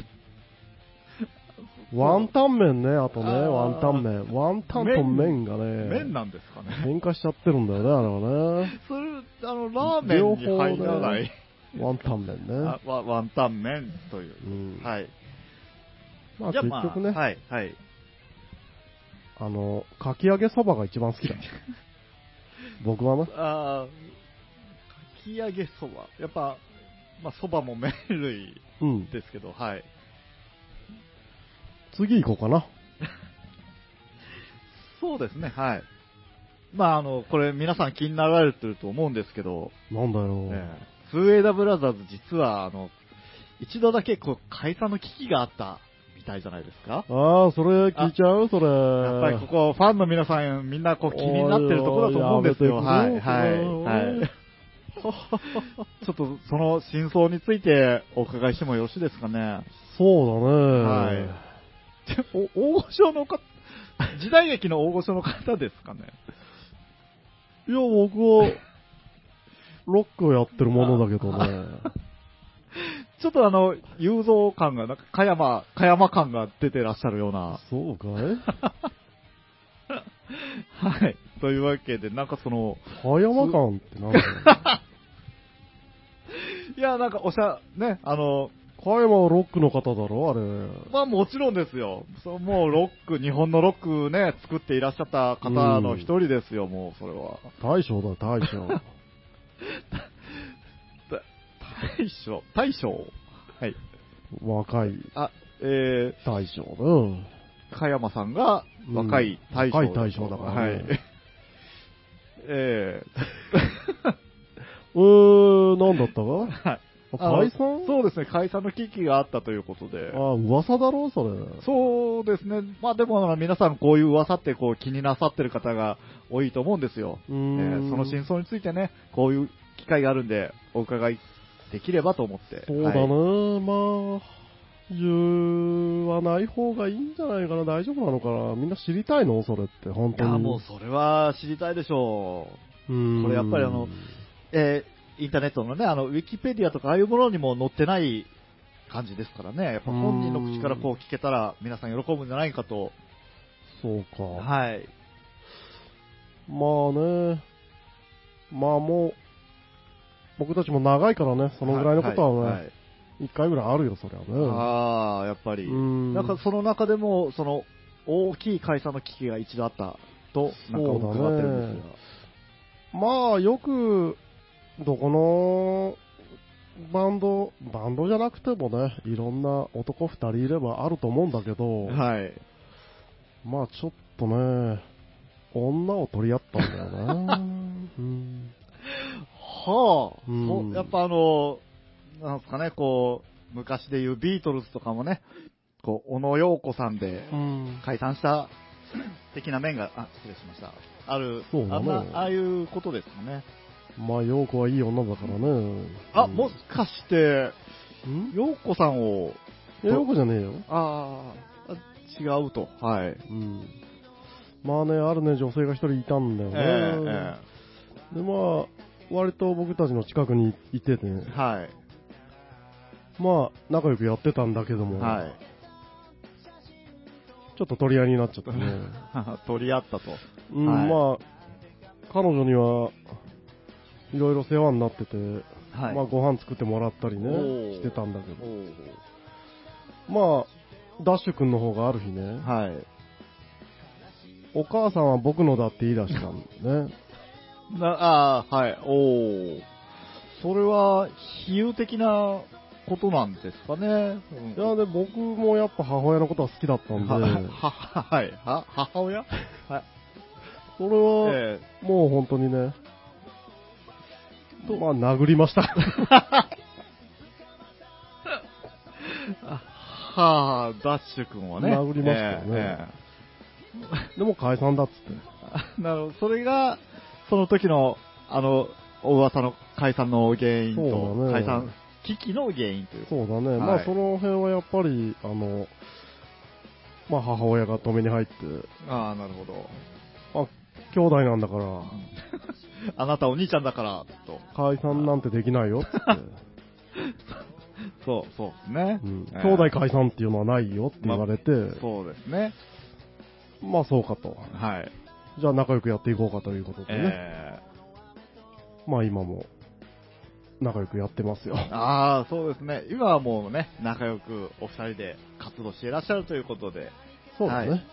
A: ー
B: ワンタン麺ね、あとね、
A: あー
B: ワンタン麺。ワンタンと麺がね、
A: 麺なんですかね。
B: 変化しちゃってるんだよね、あれはね。
A: それ、あの、ラーメンに入らない、
B: ワンタン麺ね
A: あ。わワンタン麺という
B: う。ん。
A: はい。
B: まあ
A: じゃあ
B: 結
A: まあ
B: 局ね、
A: はい、はい。
B: あの、かき揚げそばが一番
A: *laughs*
B: 好きだよ。僕はな。
A: あーかき揚げそば。やっぱ、まあ、そばも麺類
B: うん。
A: ですけど、はい。
B: 次行こうかな。
A: そうですね、はい。まあ、あの、これ皆さん気になられてると思うんですけど、
B: なんだよ。
A: えー、ツーエイダブラザーズ実は、あの、一度だけこう解散の危機があったみたいじゃないですか
B: ああ、それ聞いちゃうそれ。
A: やっぱりここ、ファンの皆さん、みんなこう気になってるところだと思うんですよ。
B: おい
A: はい、
B: やめてく
A: は
B: れ
A: い、
B: よ
A: *laughs* はい。ちょっとその真相についてお伺いしてもよろしいですかね。
B: そうだね。
A: はいでお大御所の方、時代劇の大御所の方ですかね。
B: いや、僕は、ロックをやってるものだけどね。
A: ちょっとあの、雄三感が、なんか、加山、加山感が出てらっしゃるような。 *laughs*
B: そうかい
A: はい。というわけで、なんかその、
D: 葉山感ってなんだろ
A: *laughs* いや、なんかおしゃ、ね、あの、
B: 加山はロックの方だろ、あれ。
A: まあもちろんですよ。そうもうロック、日本のロックね、作っていらっしゃった方の一人ですよ、もうそれは。
B: 大将だ、大
A: *laughs*
B: 将。
A: た大将、大将はい。
B: 若い
A: あ、え
B: 大将だよ。
A: ー、加山さんが若い大将、
B: うん若い大将だからね
A: はい。 *laughs* え
B: えー、なんだったか
A: *laughs* ー、はい。
B: あ解
A: あの
B: 散
A: そうですね、解散の危機があったということで。
B: あ、噂だろ、それ。
A: そうですね。まあでもあの皆さんこういう噂ってこう気になさってる方が多いと思うんですよ。
B: うー
A: え
B: ん
A: ーその真相についてね、こういう機会があるんで、お伺いできればと思って。
B: そうだ
A: はい
B: ね、まあ、言わない方がいいんじゃないかな、大丈夫なのかな。みんな知りたいのそれって、本
A: い
B: 当に。
A: や、もうそれは知りたいでしょう。
B: うーん
A: これやっぱりあのえーインターネットのね、あの、ウィキペディアとかああいうものにも載ってない感じですからね。やっぱ本人の口からこう聞けたら皆さん喜ぶんじゃないかと。
B: そうか。
A: はい。
B: まあね、まあもう、僕たちも長いからね、そのぐらいのことはね、一、
A: いい
B: 回ぐらいあるよ、そりゃね。
A: ああ、やっぱり。
B: うん
A: なんかその中でも、その、大きい解散の危機が一度あったと、なんか伺ってるんです
B: まあ、よく、どこの、バンド、バンドじゃなくてもね、いろんな男二人いればあると思うんだけど、
A: が。はい。
B: まあちょっとね、女を取り合ったんだよ
A: *laughs*
B: な、うん
A: はあ、
B: うん
A: そうやっぱあの、なんですかね、こう、昔でいうビートルズとかもね、こう、小野洋子さんで解散した的な面が、あ、失礼しました。ある、
B: そう
A: あ
B: だ
A: ん
B: ね
A: な、ああいうことですかね。
B: まあ、陽子はいい女だからね。
A: あ、
B: うん
A: もしかして、
B: んい
A: 洋子さんを、
B: や陽子じゃねえよ。
A: あーあ、違うと。はい。
B: うん。まあね、あるね、女性が一人いたんだよ
A: え
B: ね。
A: え
B: で、まあ、割と僕たちの近くにいてて、
A: ええはい。
B: まあ、仲良くやってたんだけども、
A: はい。
B: ちょっと取り合いになっちゃった
A: *laughs*
B: ね。
A: 取り合ったと。
B: うん、
A: はい
B: まあ、彼女には、いろいろ世話になってて、
A: はい。
B: まあ、ご飯作ってもらったり
A: おー
B: ね、してたんだけど、
A: お
B: まあ、ダッシュ君の方がある日ね、
A: ーはい。
B: お母さんは僕のだって言い出したんだよね。
A: *laughs* なあーはい。おお。それは、比喩的なことなんですかね。
B: いや、で、僕もやっぱ母親のことは好きだったんで、
A: は、は、は、はい。は、母親はい。
B: それは、
A: え
B: もう本当にね、まあ殴りました。 *laughs*
A: え *laughs* はあ、ダッシュ君はね。
B: 殴りましたよねでも解散だっつっ
A: ええ *laughs* なるほど。それが、その時の、あの、お噂の解散の原因
B: そ
A: と、
B: うだね
A: 解散危機の原因という
B: て。
A: こと
B: そうだね。
A: い
B: まあその辺はやっぱり、あの、まあ母親が止めに入って、
A: ああ、なるほど。
B: あ、兄弟なんだから、
A: あなたお兄ちゃんだから、と。
B: 解散なんてできないよ
A: *laughs*
B: っつって、
A: そう、そうですね。
B: うん
A: ええ
B: 兄弟解散っていうのはないよって言われて、
A: そうですね。
B: まあそうかと。
A: はい。
B: じゃあ仲良くやっていこうかということでね。
A: え
B: まあ今も、仲良くやってますよ。
A: ー、ああ、そうですね。今はもうね、仲良くお二人で活動していらっしゃるということで。
B: そうだね。
A: はい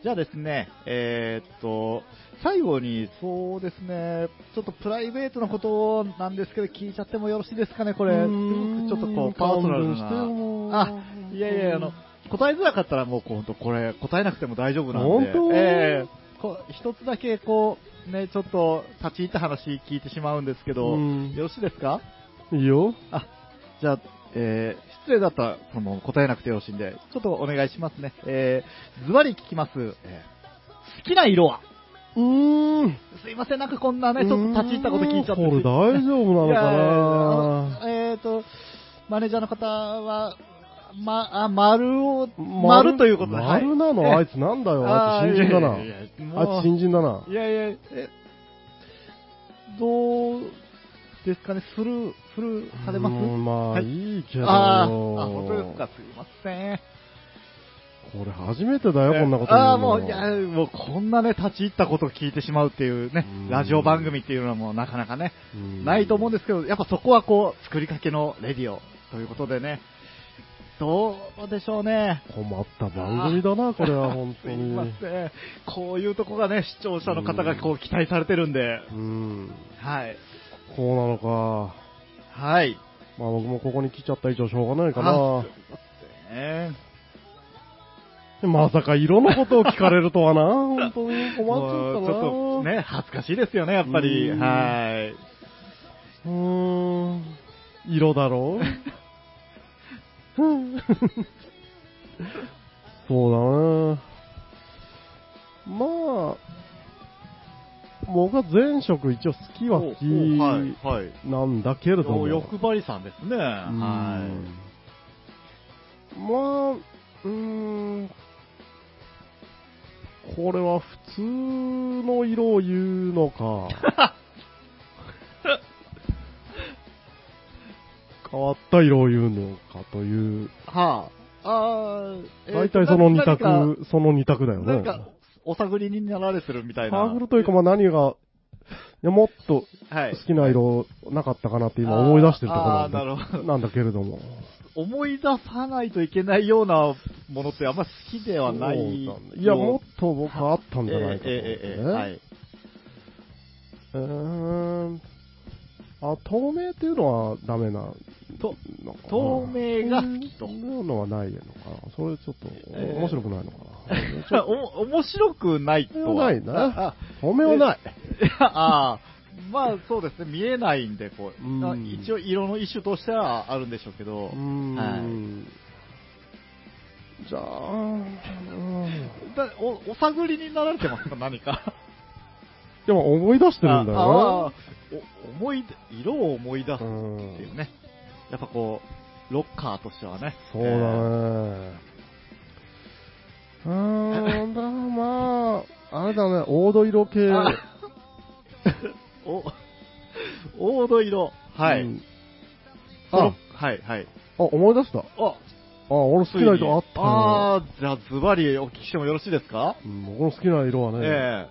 A: じゃあですね、えーっと、最後に、そうですね、ちょっとプライベートなことなんですけど、聞いちゃってもよろしいですかね、これ。
B: う
A: す
B: ーん
A: ごくちょっとこう、パーソナル
B: 勘弁してよ
A: な。
B: もう
A: あ、いやいや、あの、答えづらかったらもう、ほんと、これ、答えなくても大丈夫なんで。
B: 本当
A: ええこう一つだけ、こう、ね、ちょっと、立ち入った話聞いてしまうんですけど、
B: うん
A: よろしいですか
B: いいよ。
A: あ、じゃあ、えー、失礼だったら、その、答えなくてよろしいんで、ちょっとお願いしますね。えー、ズバリ聞きます。えー好きな色は
B: うーん。
A: すいません、なんかこんなね、ちょっと立ち入ったこと聞いちゃって。
B: これ大丈夫なの
A: いや
B: か
A: あのえっ、と、マネージャーの方は、ま、あ、丸を、
B: な
A: 丸ということで。はい
B: 丸なのあいつなんだよ。あいつ新人だな。
A: あーいやいやいやもう
B: あいつ新人だな。
A: いやいや、え、どうですかね、スルー、フルされます
B: うんまあ、、
A: はいい
B: いけど、
A: あーあ、本当ですか、すいません。
B: これ初めてだよ、こんなこと言うの。
A: ああ、もう、いや、もうこんなね、立ち入ったことを聞いてしまうっていうね
B: うん、
A: ラジオ番組っていうのはもうなかなかね、
B: うん
A: ないと思うんですけど、やっぱそこはこう、作りかけのレディオということでね、どうでしょうね。
B: 困った番組だな、これは本当
A: すい
B: に。
A: ません。こういうとこがね、視聴者の方がこう期待されてるんで、
B: うん、
A: はい。
B: こうなのか。
A: はい。
B: まあ僕もここに来ちゃった以上しょうがないかな
A: あ。え
B: まさか色のことを聞かれるとはな、本当に
A: ーも
B: 困っ
A: う
B: ち
A: ち
B: ゃったな。
A: ょっとね、恥ずかしいですよね、やっぱり。
B: うん
A: は
B: うーん、色だろううんそうだね。まあ、僕は前職一応好き
A: い。
B: は
A: お
B: 好
A: お
B: き
A: はい。はい。
B: なんだけれども。
A: 欲張りさんですね。は *laughs*
B: うんまあ、うーん、これは普通の色を言うのか、変わった色を言うのかという、
A: い。はあ。あーえー
B: 大体その二
A: 何か
B: 択、その二択だよ
A: なん
B: ね。
A: か、お探りになられてるみたいな。
B: ハーフルというか、まあ何が、いやもっと
A: はい、
B: 好きな色なかったかなって今思い出してるところ
A: あー
B: な
A: あ
B: ん
A: ー
B: だ
A: なるほど
B: なんだけれども。
A: 思い出さないといけないようなものってあんま好きではない。
B: そうなんだいや、もっと僕はあったんじゃないかと
A: え
B: 思
A: え
B: ってね。
A: ええええはい。
B: うーん。あ、透明っていうのはダメなのか
A: と、
B: な。
A: 透明が好きと
B: そういうのはないのかな。それちょっと、
A: え
B: 面白くないのかな。ちょ
A: おも面白くないとは。
B: ないな
A: あ
B: 透明はない。
A: あいや *laughs* あーまあそうですね、見えないんで、こう
B: うん
A: あ一応色の一種としてはあるんでしょうけど
B: うー、ん、
A: は
B: じゃあ、うん
A: だおお探りになられてますか、何
B: *laughs*
A: か。
B: でも思い出してるんだよ
A: ああお思い出色を思い出すっ
B: な。う
A: てい
B: ん
A: う。ね、やっぱこう、ロッカーとしてはね、
B: そうだね。うーん、だからまあ、あれだね、黄土色系。
A: あ *laughs* お、黄土色。はい。
B: うん
A: その
B: あ
A: はい、はい。
B: あ、思い出した。
A: あ、
B: あ、俺好きな色あった
A: あ
B: な。
A: あー、じゃあズバリお聞きしてもよろしいですか
B: うん僕の好きな色はね、
A: え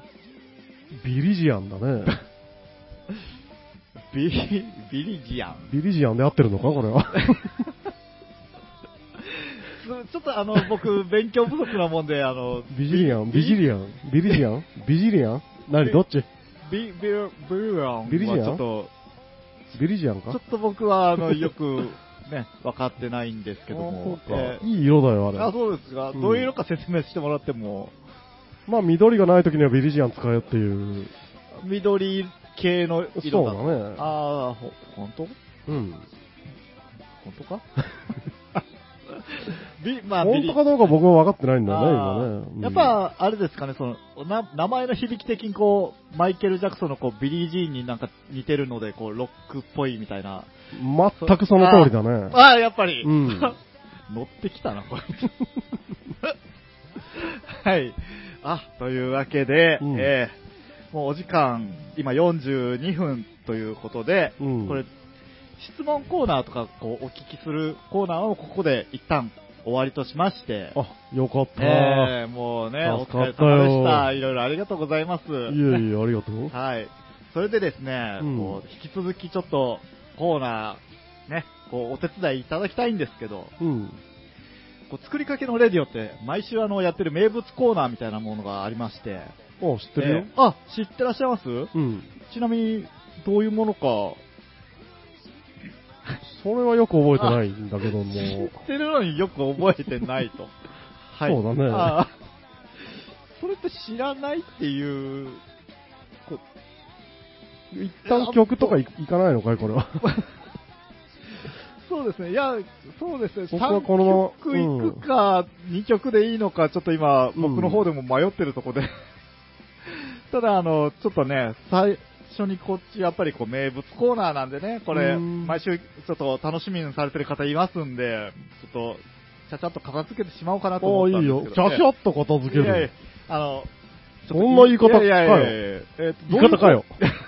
B: ビリジアンだ
A: *laughs*
B: ね。
A: えビリ、ビリジ
B: *laughs*
A: アン。
B: ビリジアンで合ってるのか、これは。
A: *laughs* ちょっとあの、僕、勉強不足なもんで、あの、
B: *laughs* ビジリアン、ビジリアン、ビリジアン、ビジリアン何、どっち
A: ビ、ビ、ビルアンは
B: ビリジアン
A: ちょっと、
B: ビリジアン
A: ちょっ
B: か
A: と僕は、あの、よく、ね、 *laughs* 分かってないんですけど
B: あそう
A: も。
B: か
A: ええ
B: いい色だよ、あれ。
A: あ、そうですか。
B: うん
A: どういうのか説明してもらっても、
B: まあ、緑がない時にはビリジアン使えよっていう。
A: 緑系の
B: そ
A: 色
B: う
A: だ
B: だね。
A: ああ、ほ、本当
B: うん。
A: 本当か *laughs* ビまあ、ビ
B: 本
A: リ
B: 当かどうか僕も分かってないんだよね、
A: あー
B: 今ね。うん
A: やっ、ぱ、あれですかね、その、な名前の響き的にこう、マイケル・ジャクソンのこう、ビリー・ジーンになんか似てるので、こう、ロックっぽいみたいな。
B: 全くその通りだね。
A: ああ、やっぱり、
B: うん
A: *laughs* 乗ってきたな、これ。 *laughs* はい。あ、というわけで、
B: うん
A: えーもうお時間、今42分ということで、
B: うん
A: これ、質問コーナーとか、こう、お聞きするコーナーをここで一旦終わりとしまして、
B: あ、よかった。
A: ええもうね、お
B: 助
A: 疲
B: か
A: れ
B: ったよ
A: 様でした。いろいろありがとうございます。
B: いえいえ、ありがとう。
A: はい。それでですね、
B: うん
A: こう引き続きちょっとコーナー、ね、こうお手伝いいただきたいんですけど、
B: うん。
A: こう作りかけのレディオって、毎週あのやってる名物コーナーみたいなものがありまして、
B: あ、知ってるよ。
A: ええあ、知ってらっしゃいます
B: うん。
A: ちなみに、どういうものか、
B: それはよく覚えてないんだけども。
A: 知ってるのによく覚えてないと。 *laughs* はい。
B: そうだね
A: ああ *laughs* それって知らないっていう、 *laughs* こう
B: 一旦曲とかいいかないのかいこれ
A: *laughs*
B: は。
A: そうですね、いや、そうですね、
B: 僕はこの
A: 3曲いくか、2曲でいいのか、ちょっと今、
B: うん
A: 僕の方でも迷ってるとこで、 *laughs* ただ、あの、ちょっとね、最初にこっち、やっぱりこう名物コーナーなんでね、これ、
B: うん
A: 毎週、ちょっと楽しみにされてる方いますんで、ちょっと、ちゃちゃっと片付けてしまおうかなと
B: ああ、
A: 思
B: い
A: ったん
B: い
A: で
B: よ
A: す。け
B: ち
A: ど、
B: ゃちゃっと片付け
A: いやいや
B: る。、
A: あの、ちょっと
B: そんな言い方かよ
A: いやいやいやいやえーと
B: 言い方かよ。
A: え *laughs*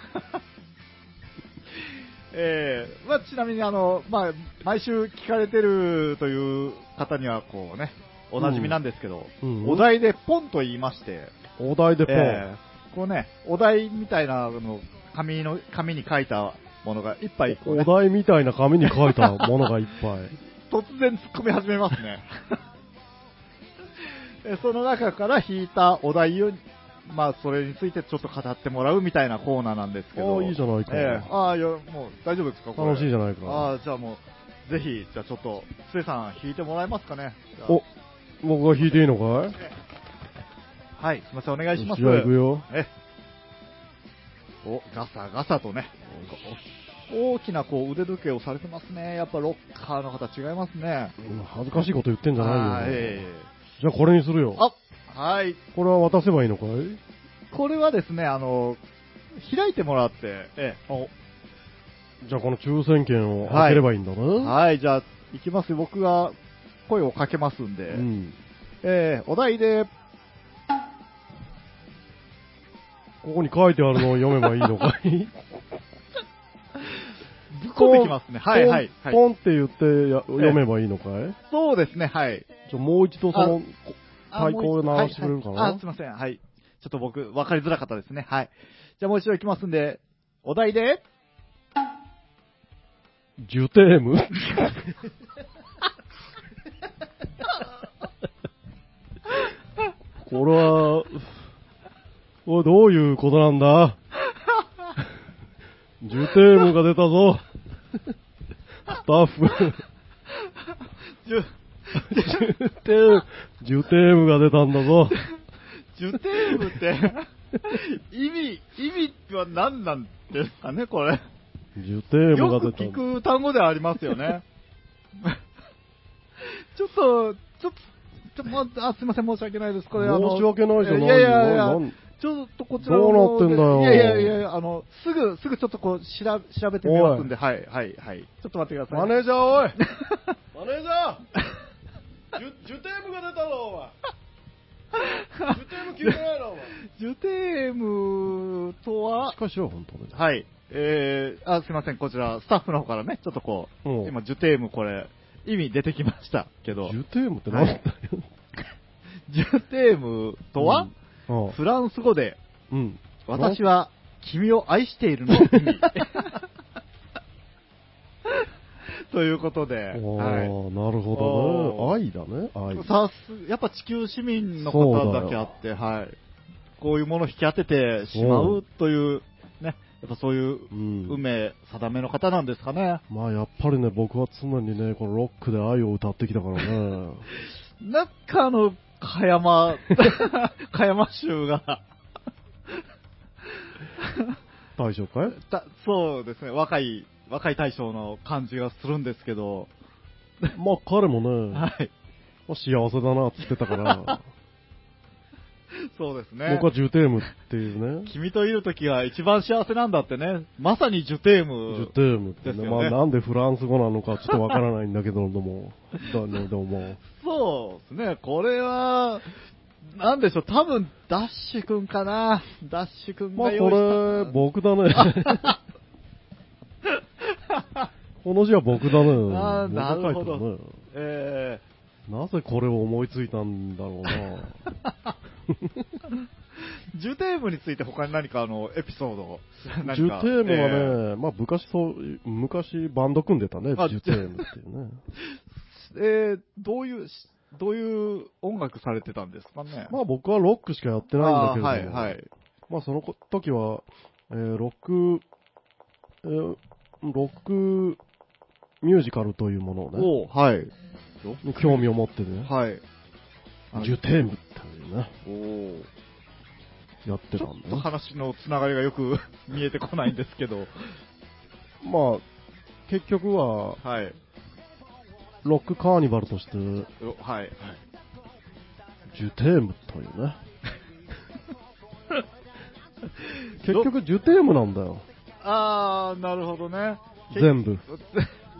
A: えーまあ、ちなみにあの、まあ、毎週聞かれてるという方にはこう、ね、おなじみなんですけど、
B: うん
A: お題でポンと言いまして、
B: お題でポン。
A: えーこうね、お題みたいなのを紙の紙に書いたものがいっぱいこうね
B: お題みたいな紙に書いたものがいっぱい。
A: 突然突っ込み始めますね。 *laughs* えその中から引いたお題を、まあ、それについてちょっと語ってもらうみたいなコーナーなんですけど。
B: ああいいじゃないか
A: ええああ、いや、もう大丈夫ですかこれ
B: 楽しいじゃないか
A: ああ、じゃあもう、ぜひ、じゃあちょっと、つえさん引いてもらえますかね。じゃあ
B: お、僕が弾いていいのかい
A: はい、すみません、お願いします。
B: じゃあ行くよ。
A: ええお、ガサガサとね。お大きなこう腕時計をされてますね。やっぱロッカーの方違いますね。
B: 今恥ずかしいこと言ってんじゃ
A: は
B: ないよ。
A: い
B: じゃあこれにするよ。
A: あ、はい。
B: これは渡せばいいのかい
A: これはですね、あの、開いてもらって、え
B: じゃあこの抽選券を当てればいいんだな。
A: えはい、じゃあ、行きますよ。僕が声をかけますんで、
B: うん。
A: ええお題で、
B: ここに書いてあるのを読めばいいのか
A: *laughs*
B: い
A: ぶっ込んできますね。はい、はい、
B: ポ
A: は
B: ン
A: い。
B: ポンって言ってや読めばいいのかい
A: そうですね、はい。
B: じゃあもう一度その、
A: あ
B: 対抗
A: もう一
B: 直してくれるかな
A: はいはいあ、すいません、はい。ちょっと僕、わかりづらかったですね。はい。じゃあもう一度行きますんで、お題で、
B: ジュテームこれは、おい、どういうことなんだジュテームが出たぞ。スタッフ、
A: ジュ、
B: ジュテーム、ジュテームが出たんだぞ。
A: ジュテーム *laughs* って、意味、意味は何なんですかね、これ。
B: ジュテーム
A: よ
B: が
A: く
B: 出た
A: 聞く単語ではありますよね。 *laughs* ちょっと、ちょっと、ちょっとまあ、すみません、申し訳ないです。これ、あの
B: 申し訳ないじゃないよ
A: いやいやいや
B: なん、
A: ちょっとこちら
B: どうなってんだよ
A: いやいやいやいや、あの、すぐ、すぐちょっとこう、しら調べてみますんで、はい、はい、はい。ちょっと待ってください。
B: マネージャーおい
A: *laughs*
B: マネージャージュジュテームが出たろお
A: *laughs*
B: 前ジュテーム聞いてないろお前
A: ジュテームとは
B: し、かしは本当に
A: はい。えー、あ、すいません、こちら、スタッフの方からね、ちょっとこう、
B: うん
A: 今、ジュテームこれ、意味出てきましたけど
B: ジ、ュテームって何だよ、
A: ジュテームとは、
B: うん
A: フランス語で、
B: うん
A: 私は君を愛しているの意味 *laughs* ということで、
B: ああ、
A: は
B: なるほ
A: お
B: どね愛だね愛
A: い、さすやっぱ地球市民の方だけあって、はい、こういうものを引き当ててしま
B: お
A: う
B: う
A: という、ね、やっぱそういう
B: うん
A: 運命定めの方なんですかね。
B: まあやっぱりね僕は常にねこのロックで愛を歌ってきたから
A: *laughs*
B: ね
A: なんかあの、加山、 *laughs* 加山州が、
B: 大丈夫かい
A: だそうですね、若い、若い大将の感じがするんですけど、
B: まあ彼もね、まあ、
A: はい、
B: 幸せだなって言ってたから、
A: そうです *laughs* ね。
B: 僕はジュテームっていうね
A: 君といる時が一番幸せなんだってね。まさにジュテー
B: ジュ
A: ム。
B: テームって
A: です
B: ね、
A: よ
B: ま
A: ね
B: あなんでフランス語なのかちょっとわからないんだけど
A: *laughs*
B: も、だね、でもも
A: そうですね。これは、なんでしょう。多分、ダッシュ君かな。ダッシュ
B: う
A: 君
B: まあ
A: が
B: こ
A: 用意
B: れ
A: し、
B: 僕だね。
A: *laughs*
B: この字は僕だね。
A: あー
B: 僕が書
A: なる
B: いた
A: ほ
B: ね。
A: た。え
B: なぜこれを思いついたんだ
A: *laughs*
B: ろうな。
A: ー、ジュテームについて他に何かあの、エピソード。何か
B: ジュテームはね、まあ昔そう、昔バンド組んでたね、
A: あ
B: ジュテームって
A: *laughs*
B: いうね。
A: えーえーどういう、どういう音楽されてたんですかね。
B: まあ僕はロックしかやってないんだけれども。
A: あーはい、はい。
B: まあその時は、えーロック、えーロックミュージカルというものをね、
A: おうはい。
B: に興味を持ってね、
A: はい。あの
B: ジュテームっていうね、
A: おー
B: やって
A: ち
B: た
A: ょ
B: ん
A: っ
B: だ
A: と
B: ね。
A: 話のつながりがよく *laughs* 見えてこないんですけど、
B: まあ、結局は、
A: はい。
B: ロックカーニバルとして、
A: おはい。はい、
B: ジュテームという
A: *laughs*
B: ね。結局、ジュテームなんだよ。
A: あー、なるほどね。結
B: 全部。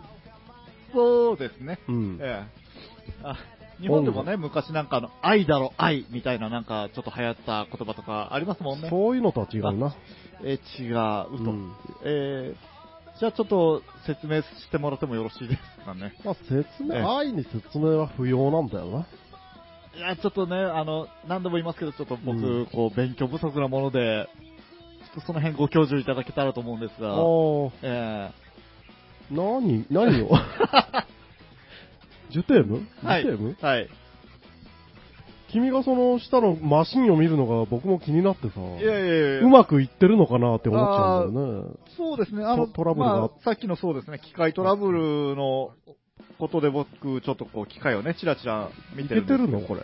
A: *laughs* そうですね。
B: うん。
A: ええ。あ日本でもね、昔なんかあの、愛だろ、愛みたいななんかちょっと流行った言葉とかありますもんね。
B: そういうのとは違うな。
A: え違うと。
B: うん
A: えじゃあちょっと説明してもらってもよろしいですかね。
B: まあ、説
A: ええ
B: 明、愛に説明は不要なんだよな。
A: いや、ちょっとね、あの、何度も言いますけど、ちょっと僕、
B: うん
A: こう、勉強不足なもので、ちょっとその辺ご教授いただけたらと思うんです
B: あ
A: が、
B: あ、
A: え
B: 何、何
A: *laughs*
B: をジュテームジ
A: えは
B: ュ
A: い
B: テーム、。
A: はい。
B: 君がその下のマシンを見るのが僕も気になってさ、
A: いやいやいや。
B: うまくいってるのかなって思っちゃうんだよね。
A: そうですね、あの、
B: トトラブルが
A: まあさっきのそうですね、機械トラブルのことで僕、ちょっとこう、機械をね、チラチラ見て
B: いけ
A: るんです
B: てるのこれ。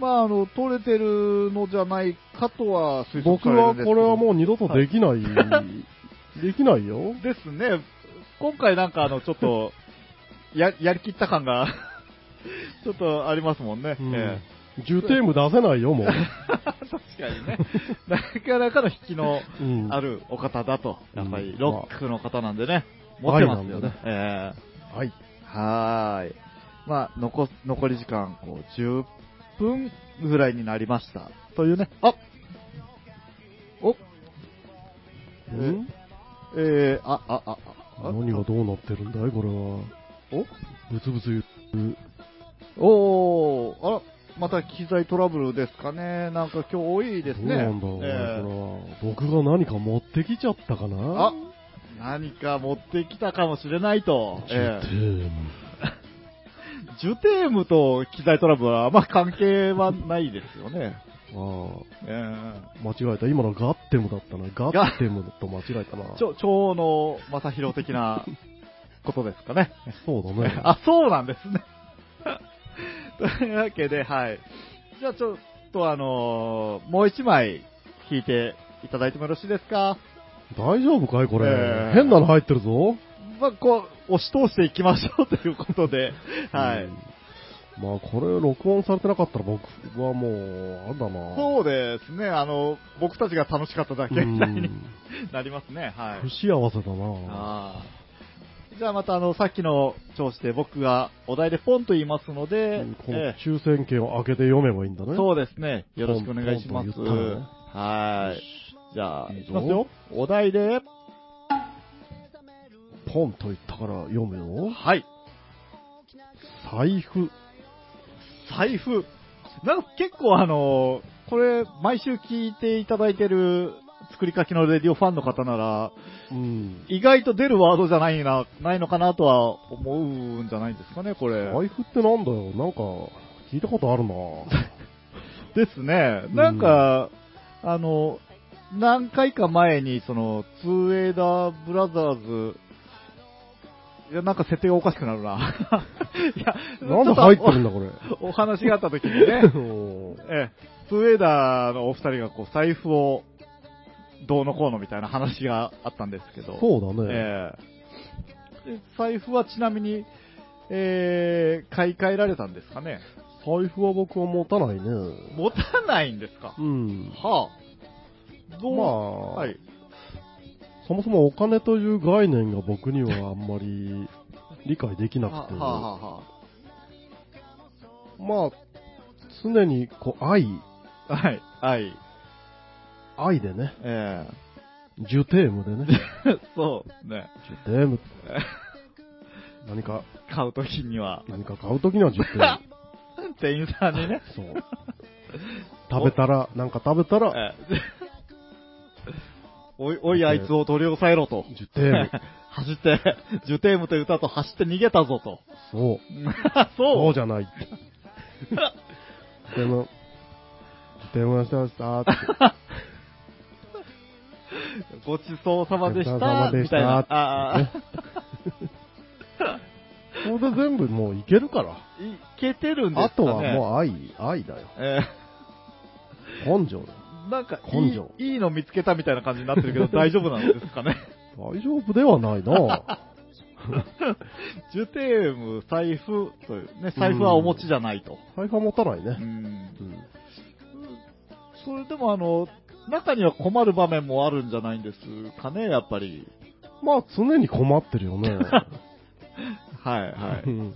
A: まあ、あの、取れてるのじゃないかとは推測
B: 僕
A: される
B: は
A: んですけど。
B: これはもう二度とできない。できないよ。
A: ですね。今回なんかあの、ちょっ
B: *laughs*
A: と、や、やりきった感が、 *laughs* ちょっとありますもんね。
B: うん
A: え
B: ジュテーム出せない
A: *laughs*
B: よ、も
A: え
B: う。
A: 確かにね。なかなかの引きの
B: うん
A: あるお方だと。やっぱ
B: う
A: り、
B: ん
A: ロックの方なんでね。持ってますよね。え
B: は
A: え
B: い。
A: はーい。まあ、残、残り時間、こう、10分ぐらいになりました。というね。あお
B: ん
A: えー、あ、あ、あ、あ、あ
B: 何がどうなってるんだいこれは。
A: お
B: ブツブツ言う。
A: おー、あら、また機材トラブルですかね。なんか今日多いです
B: ど
A: ね。
B: うなんだろうね、
A: ええ
B: これは。僕が何か持ってきちゃったかな
A: あ、何か持ってきたかもしれないと。
B: ジ
A: え
B: ュテーム。
A: えジュテームと機材トラブルはあんま関係はないですよね。
B: あ
A: え
B: あ、間違えた。今のガッテムだったな。ガッテムと間違えたな
A: え。ちょ、蝶の正宏的なことです
B: *laughs*
A: かね。
B: そうだね。
A: あ、そうなんですね。 *laughs* というわけで、はい。じゃあちょっとあのーもう一枚弾いていただいてもよろしいですか
B: 大丈夫かいこれ、
A: ええ
B: 変なの入ってるぞ。
A: まあ、こう、押し通していきましょうということで、は
B: う
A: い
B: ん。まあ、これ、録音されてなかったら僕はもう、あれだな。
A: そうですね、あの、僕たちが楽しかっただけ
B: うん
A: みたいになりますね、はい
B: 不。幸せだな。
A: あーじゃあまたあの、さっきの調子で僕がお題でポンと言いますので、
B: うんこの
A: え
B: 抽選券を開けて読めばいいんだ
A: え
B: ね。
A: そうですね、よろしくお願いします。
B: ポンポンと言ったのね
A: はい。じゃあ、
B: い
A: い
B: いぞ
A: きますよ。お題で、
B: ポンと言ったから読めよ。
A: はい。
B: 財布。
A: 財布。なんか結構あのこれ、毎週聞いていただいてる作りかけのレディオファンの方なら、
B: うん。
A: 意外と出るワードじゃないな、ないのかなとは思うんじゃないですかね、これ。
B: 財布ってなんだよ。なんか、聞いたことあるな。
A: *laughs* ですね。なんか、あの、何回か前に、その、ツーエイダーブラザーズ、いや、なんか設定がおかしくなるな。 *laughs* いや、
B: なんで入ってるん
A: の
B: だ、これ。、
A: おお話があった時にね
B: *laughs* おー
A: ええ、ツーエイダーのお二人がこう、財布を、どうのこうのみたいな話があったんですけど。
B: そうだね。
A: ええで財布はちなみに、えー買い替えられたんですかね
B: 財布は僕は持たないね。
A: 持たないんですか
B: うん。
A: はあ。どう、
B: まあ、
A: はい。
B: そもそもお金という概念が僕にはあんまり理解できな
A: は
B: くて、
A: はあ、はあは
B: まあ、常にこう愛、
A: あ、はい。はい。
B: 愛でね、
A: え *laughs*
B: ジュテームでね、
A: えそうね。
B: ジュテーム、何か、
A: 買うときには、
B: 何か買うときにはジュテ
A: *laughs*
B: ーム。
A: 店員さんにね。
B: そう。食べたら、なんか食べた
A: え
B: ら、
A: *laughs* えおい、おい、あいつを取り押さえろと。
B: ジュテーム。
A: *laughs* 走って、ジュテームという歌と走って逃げたぞ
B: *laughs*
A: と。 *laughs*
B: そう。
A: そ
B: そううじ
A: *laughs*
B: ゃない。ジュテーム、ジュテームがしてましたって。
A: ごちそうさまでした。
B: ごちそうさまでし
A: み
B: た
A: たいな。ああ、
B: これで全部もういけるから。
A: いけてるんですかね
B: あとはもう愛、愛だよ。
A: え
B: 根性だよ。
A: ーなんかいい
B: 根性
A: いいの見つけたみたいな感じになってるけど、大丈夫なんですか
B: *laughs*
A: ね。
B: 大丈夫ではない
A: *laughs*
B: な。
A: ジュテーム、財布という、ね、財布はお持ちじゃないと。
B: 財布は持たないうね。
A: ん
B: うん
A: それでも、あの、中には困る場面もあるんじゃないんですかね、やっぱり。
B: まあ常に困ってるよね。
A: はい、は
B: う
A: い。
B: *laughs* ん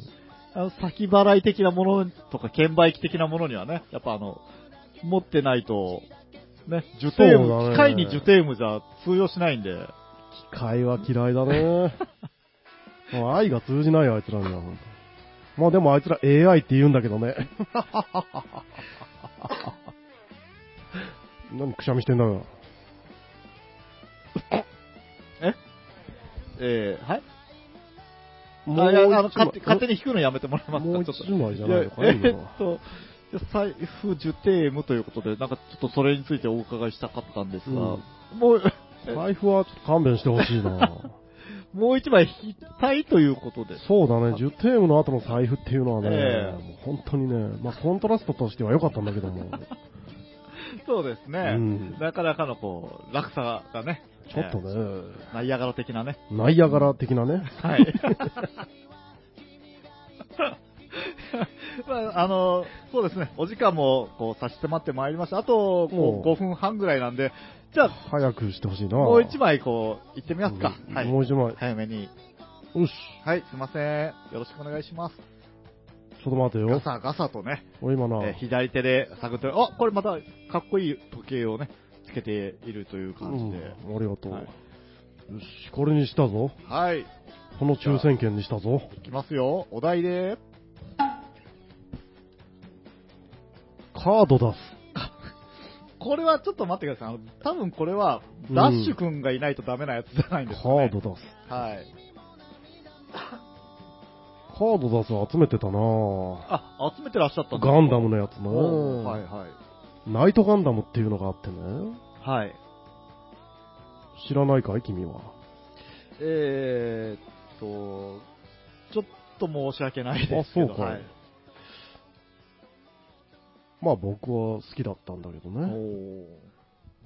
A: あの、先払い的なものとか、券売機的なものにはね、やっぱあの、持ってないと、ね、ジュテー
B: そうだ
A: ム、
B: ね
A: 機械にジュテームじゃ通用しないんで、
B: 機械は嫌いだね。 *laughs* もう愛が通じないよあいつらには、ほんとまあでもあいつら AI って言うんだけどね。 *laughs* 何くしゃみしてんだよ。
A: えー、はい
B: もう
A: あいやあの
B: 一枚
A: 勝手勝手に引くのやめてもらえますか
B: もう
A: ちょっと
B: 一枚じゃ
A: いや
B: ないのかな、
A: え
B: 今の
A: ーっ
B: は
A: と、いや財布受テームということで、なんかちょっとそれについてお伺いしたかったんですが、も *laughs* う、
B: 財布はちょっと勘弁してほし
A: *laughs*
B: いな
A: もう一枚引きたいということで。
B: そうだね、10テームの後の財布っていうのはね、
A: ええ
B: もう本当にね、まあコントラストとしては良かったんだ
A: *laughs*
B: けども、
A: そうですね。
B: うん
A: なかなかのこう、落差がね。
B: ちょっと
A: え
B: ね、
A: ー。ナイアガラ的なね。
B: ナイアガラ的なね、
A: はい。 *laughs* まあ、あの、そうですね。お時間も、こう、差し迫ってまいりました。あと、こう、
B: おう
A: 5分半ぐらいなんで、じゃあ、
B: 早くしてほしいな。
A: もう一枚、こう、行ってみますか。
B: うん
A: はい。
B: もう一枚。
A: 早めに。
B: よし、
A: はい、すいません。よろしくお願いします。
B: ちょっと待て
A: ガ
B: よ。
A: サガサとね、
B: お今な、
A: えー左手で探って、あ、これまたかっこいい時計をね、つけているという
B: う
A: 感
B: ん、
A: じ
B: あ
A: で。
B: りがとう。
A: はい
B: よし、これにしたぞ。
A: はい、
B: この抽選券にしたぞ。
A: いきますよ。お題で、
B: カード出す。
A: これはちょっと待ってください。あの多分これは、ダッシュ君がいないとダメなやつじゃないん
B: カ
A: ですか、ね
B: ード出す。
A: はい。
B: カード出す集めてたな
A: あ、集めてらっしゃったんですか
B: ガンダムのやつね、
A: おーはいはい。
B: ナイトガンダムっていうのがあってね。
A: はい。
B: 知らないかい君は。
A: えー、っと、ちょっと申し訳ないですけ
B: あ
A: ど、
B: そうか
A: はい。
B: まあ僕は好きだったんだけど
A: お
B: ね。
A: ー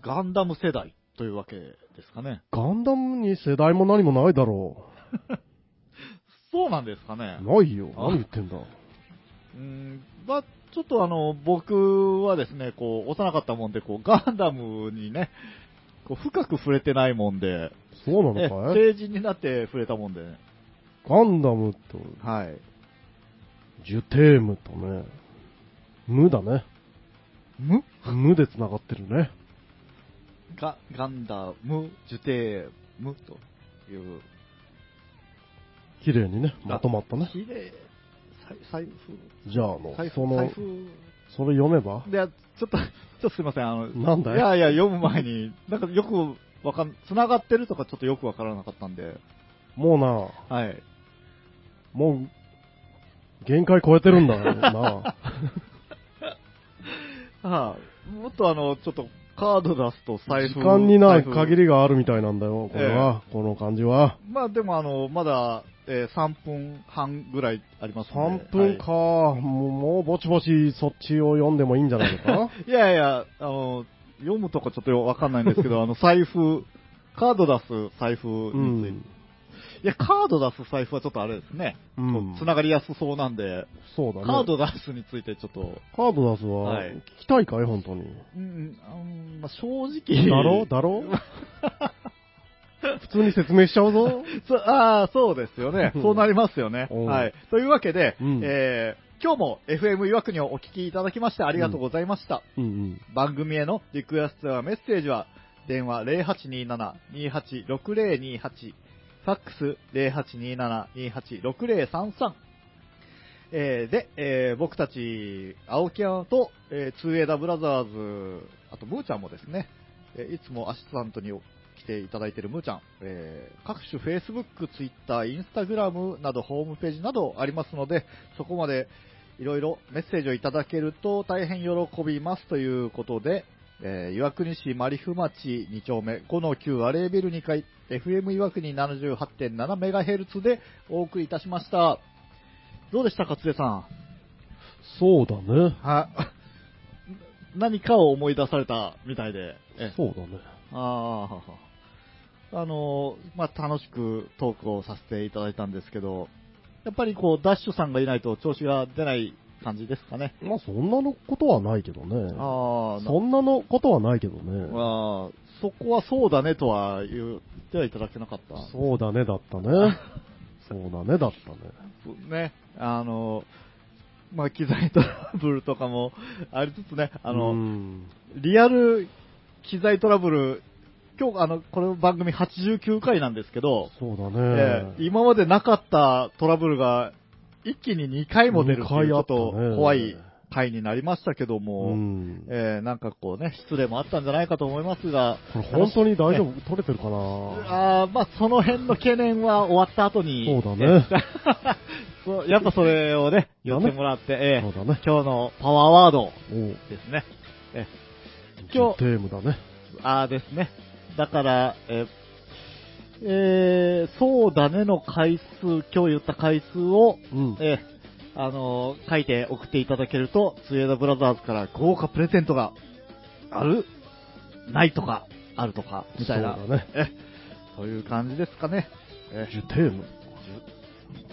A: ガンダム世代というわけですかね。
B: ガンダムに世代も何もないだろ
A: そうなんですかね
B: う。。ないよ。
A: あ
B: 何言ってんだ。
A: うん、まあちょっとあの、僕はですね、こう、幼かったもんで、こう、ガンダムにね、こう、深く触れてないもんで、
B: そう
A: *laughs*
B: な
A: え
B: のかい
A: 成人になって触れたもんで、ね、
B: ガンダムと、
A: はい。
B: ジュテームとね、無だね。
A: む
B: 無で繋がってるね。
A: ガ、ガンダム、ジュテームという、
B: 綺麗にね、
A: あ
B: まとまったね。
A: 綺麗、さい財
B: じゃああの
A: 布、財、布、
B: その
A: 財、布、
B: それ読めば
A: で、ちょっと、ちょっとすいません、あの、
B: なんだ
A: い
B: よ。
A: やいや、読む前に、なんかよくわかん、繋がってるとかちょっとよくわからなかったんで、
B: もうな、
A: はい。
B: もう、限界超えてる
A: *laughs*
B: んだよな。
A: はあ、もっとあの、ちょっと、カード出すと財布。
B: 時間にな
A: 財
B: い
A: 布
B: 限りがあるみたいなんだよ、これは。この感じは。
A: まあでもあの、まだ、えー3分半ぐらいありますんで
B: 3分か、もうもうぼちぼちそっちを読んでもいいんじゃないの
A: *laughs*
B: か
A: いやいや、あの、読むとかちょっとよわかんないんですけ
B: *laughs*
A: ど、あの、財布、カード出す財布
B: う
A: について。
B: ん。
A: いや、カード出す財布はちょっとあれですね。
B: うん
A: つながりやすそうなんで、
B: そうだね。
A: カード出すについてちょっと、
B: カード出すは
A: はい、
B: 聞きたいかい本当に。
A: うん、あのまあ、正直。
B: だ
A: *laughs*
B: ろだろ普通に説明しちゃうぞ。
A: そああ、そうですよね。
B: うん
A: そうなりますよね。
B: うん
A: はい。というわけで、
B: うん
A: えー今日も FM いわくにお聞きいただきましてありがとうございました。
B: うんうん。
A: 番組へのリクエストやメッセージは、電話0827-286028、ファックス0827-286033、えーで、えー僕たち、青木アナと、えー、ツーエイダーブラザーズ、あと、ムーちゃんもですね、えーいつもアシスタントに来ていただいているムーちゃん、えー各種 Facebook、Twitter、Instagram など、ホームページなどありますので、そこまでいろいろメッセージをいただけると大変喜びますということで、えー岩国市マリフ町2丁目5の9アレービル2階 FM 岩国 78.7MHz でお送りいたしました。どうでしたか、つえさん。
B: そうだね。
A: は何かを思い出されたみたいで。え
B: そうだね。
A: あーあのーまあ、楽しくトークをさせていただいたんですけど、やっぱりこう、ダッシュさんがいないと調子が出ない感じですかね。
B: まあそんなのことはないけどね。
A: ああ、
B: そんなのことはないけどね。
A: まあ、そこはそうだねとは言ってはいただけなかった。
B: そうだねだった
A: *laughs*
B: ね。そうだねだったね。
A: ね。あの、まあ、機材トラブルとかもありつつね、あの、
B: うん
A: リアル機材トラブル今日、あの、この番組89回なんですけど、
B: そうだね。
A: えー今までなかったトラブルが一気に2回も出るっていうちょっと
B: 二回あったね
A: 怖い回になりましたけども、
B: うん
A: えーなんかこうね、失礼もあったんじゃないかと思いますが、
B: これ本当に大丈夫取れてるかな
A: あーまあ、その辺の懸念は終わった後に、
B: そうだね
A: そう *laughs* やっぱそれをね、寄ってもらって、えー
B: そうだね。
A: 今日のパワーワード
B: おう
A: ですね。え今
B: 今
A: 日
B: 日。テームだね。
A: あーですね。だから、えーえーそうだねの回数、今日言った回数を、
B: うん。
A: えーあのー書いて送っていただけると、ツエダブラザーズから豪華プレゼントがあるないとか、あるとか、みたいな。
B: そうだね。
A: えーそういう感じですかね。え
B: ジュテーム。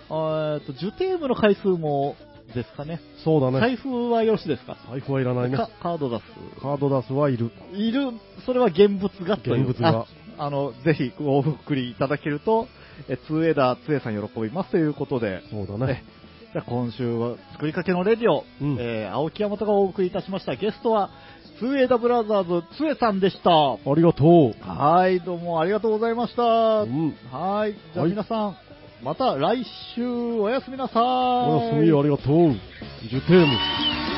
A: ー、えーと、ジュテームの回数もですかね。
B: そうだね。
A: 財布はよろしいですか
B: 財布はいらないね。
A: かカード出す。
B: カードダスはいる。
A: いる、それは現物がという
B: 現物が
A: ああの、ぜひごふっくりいただけると、えツーエダー、ツエさん喜びますということで、
B: そうだね。
A: えじゃあ今週は作りかけのレディオ、
B: うん
A: えー青木山とがお送りいたしました。ゲストは、ツーエダブラザーズ、ツエさんでした。
B: ありがとう。
A: はい、どうもありがとうございました。
B: うん。
A: はい、じゃあ
B: はい
A: 皆さん、また来週おやすみなさい。
B: おやすみ、ありがとう。ジュテーム。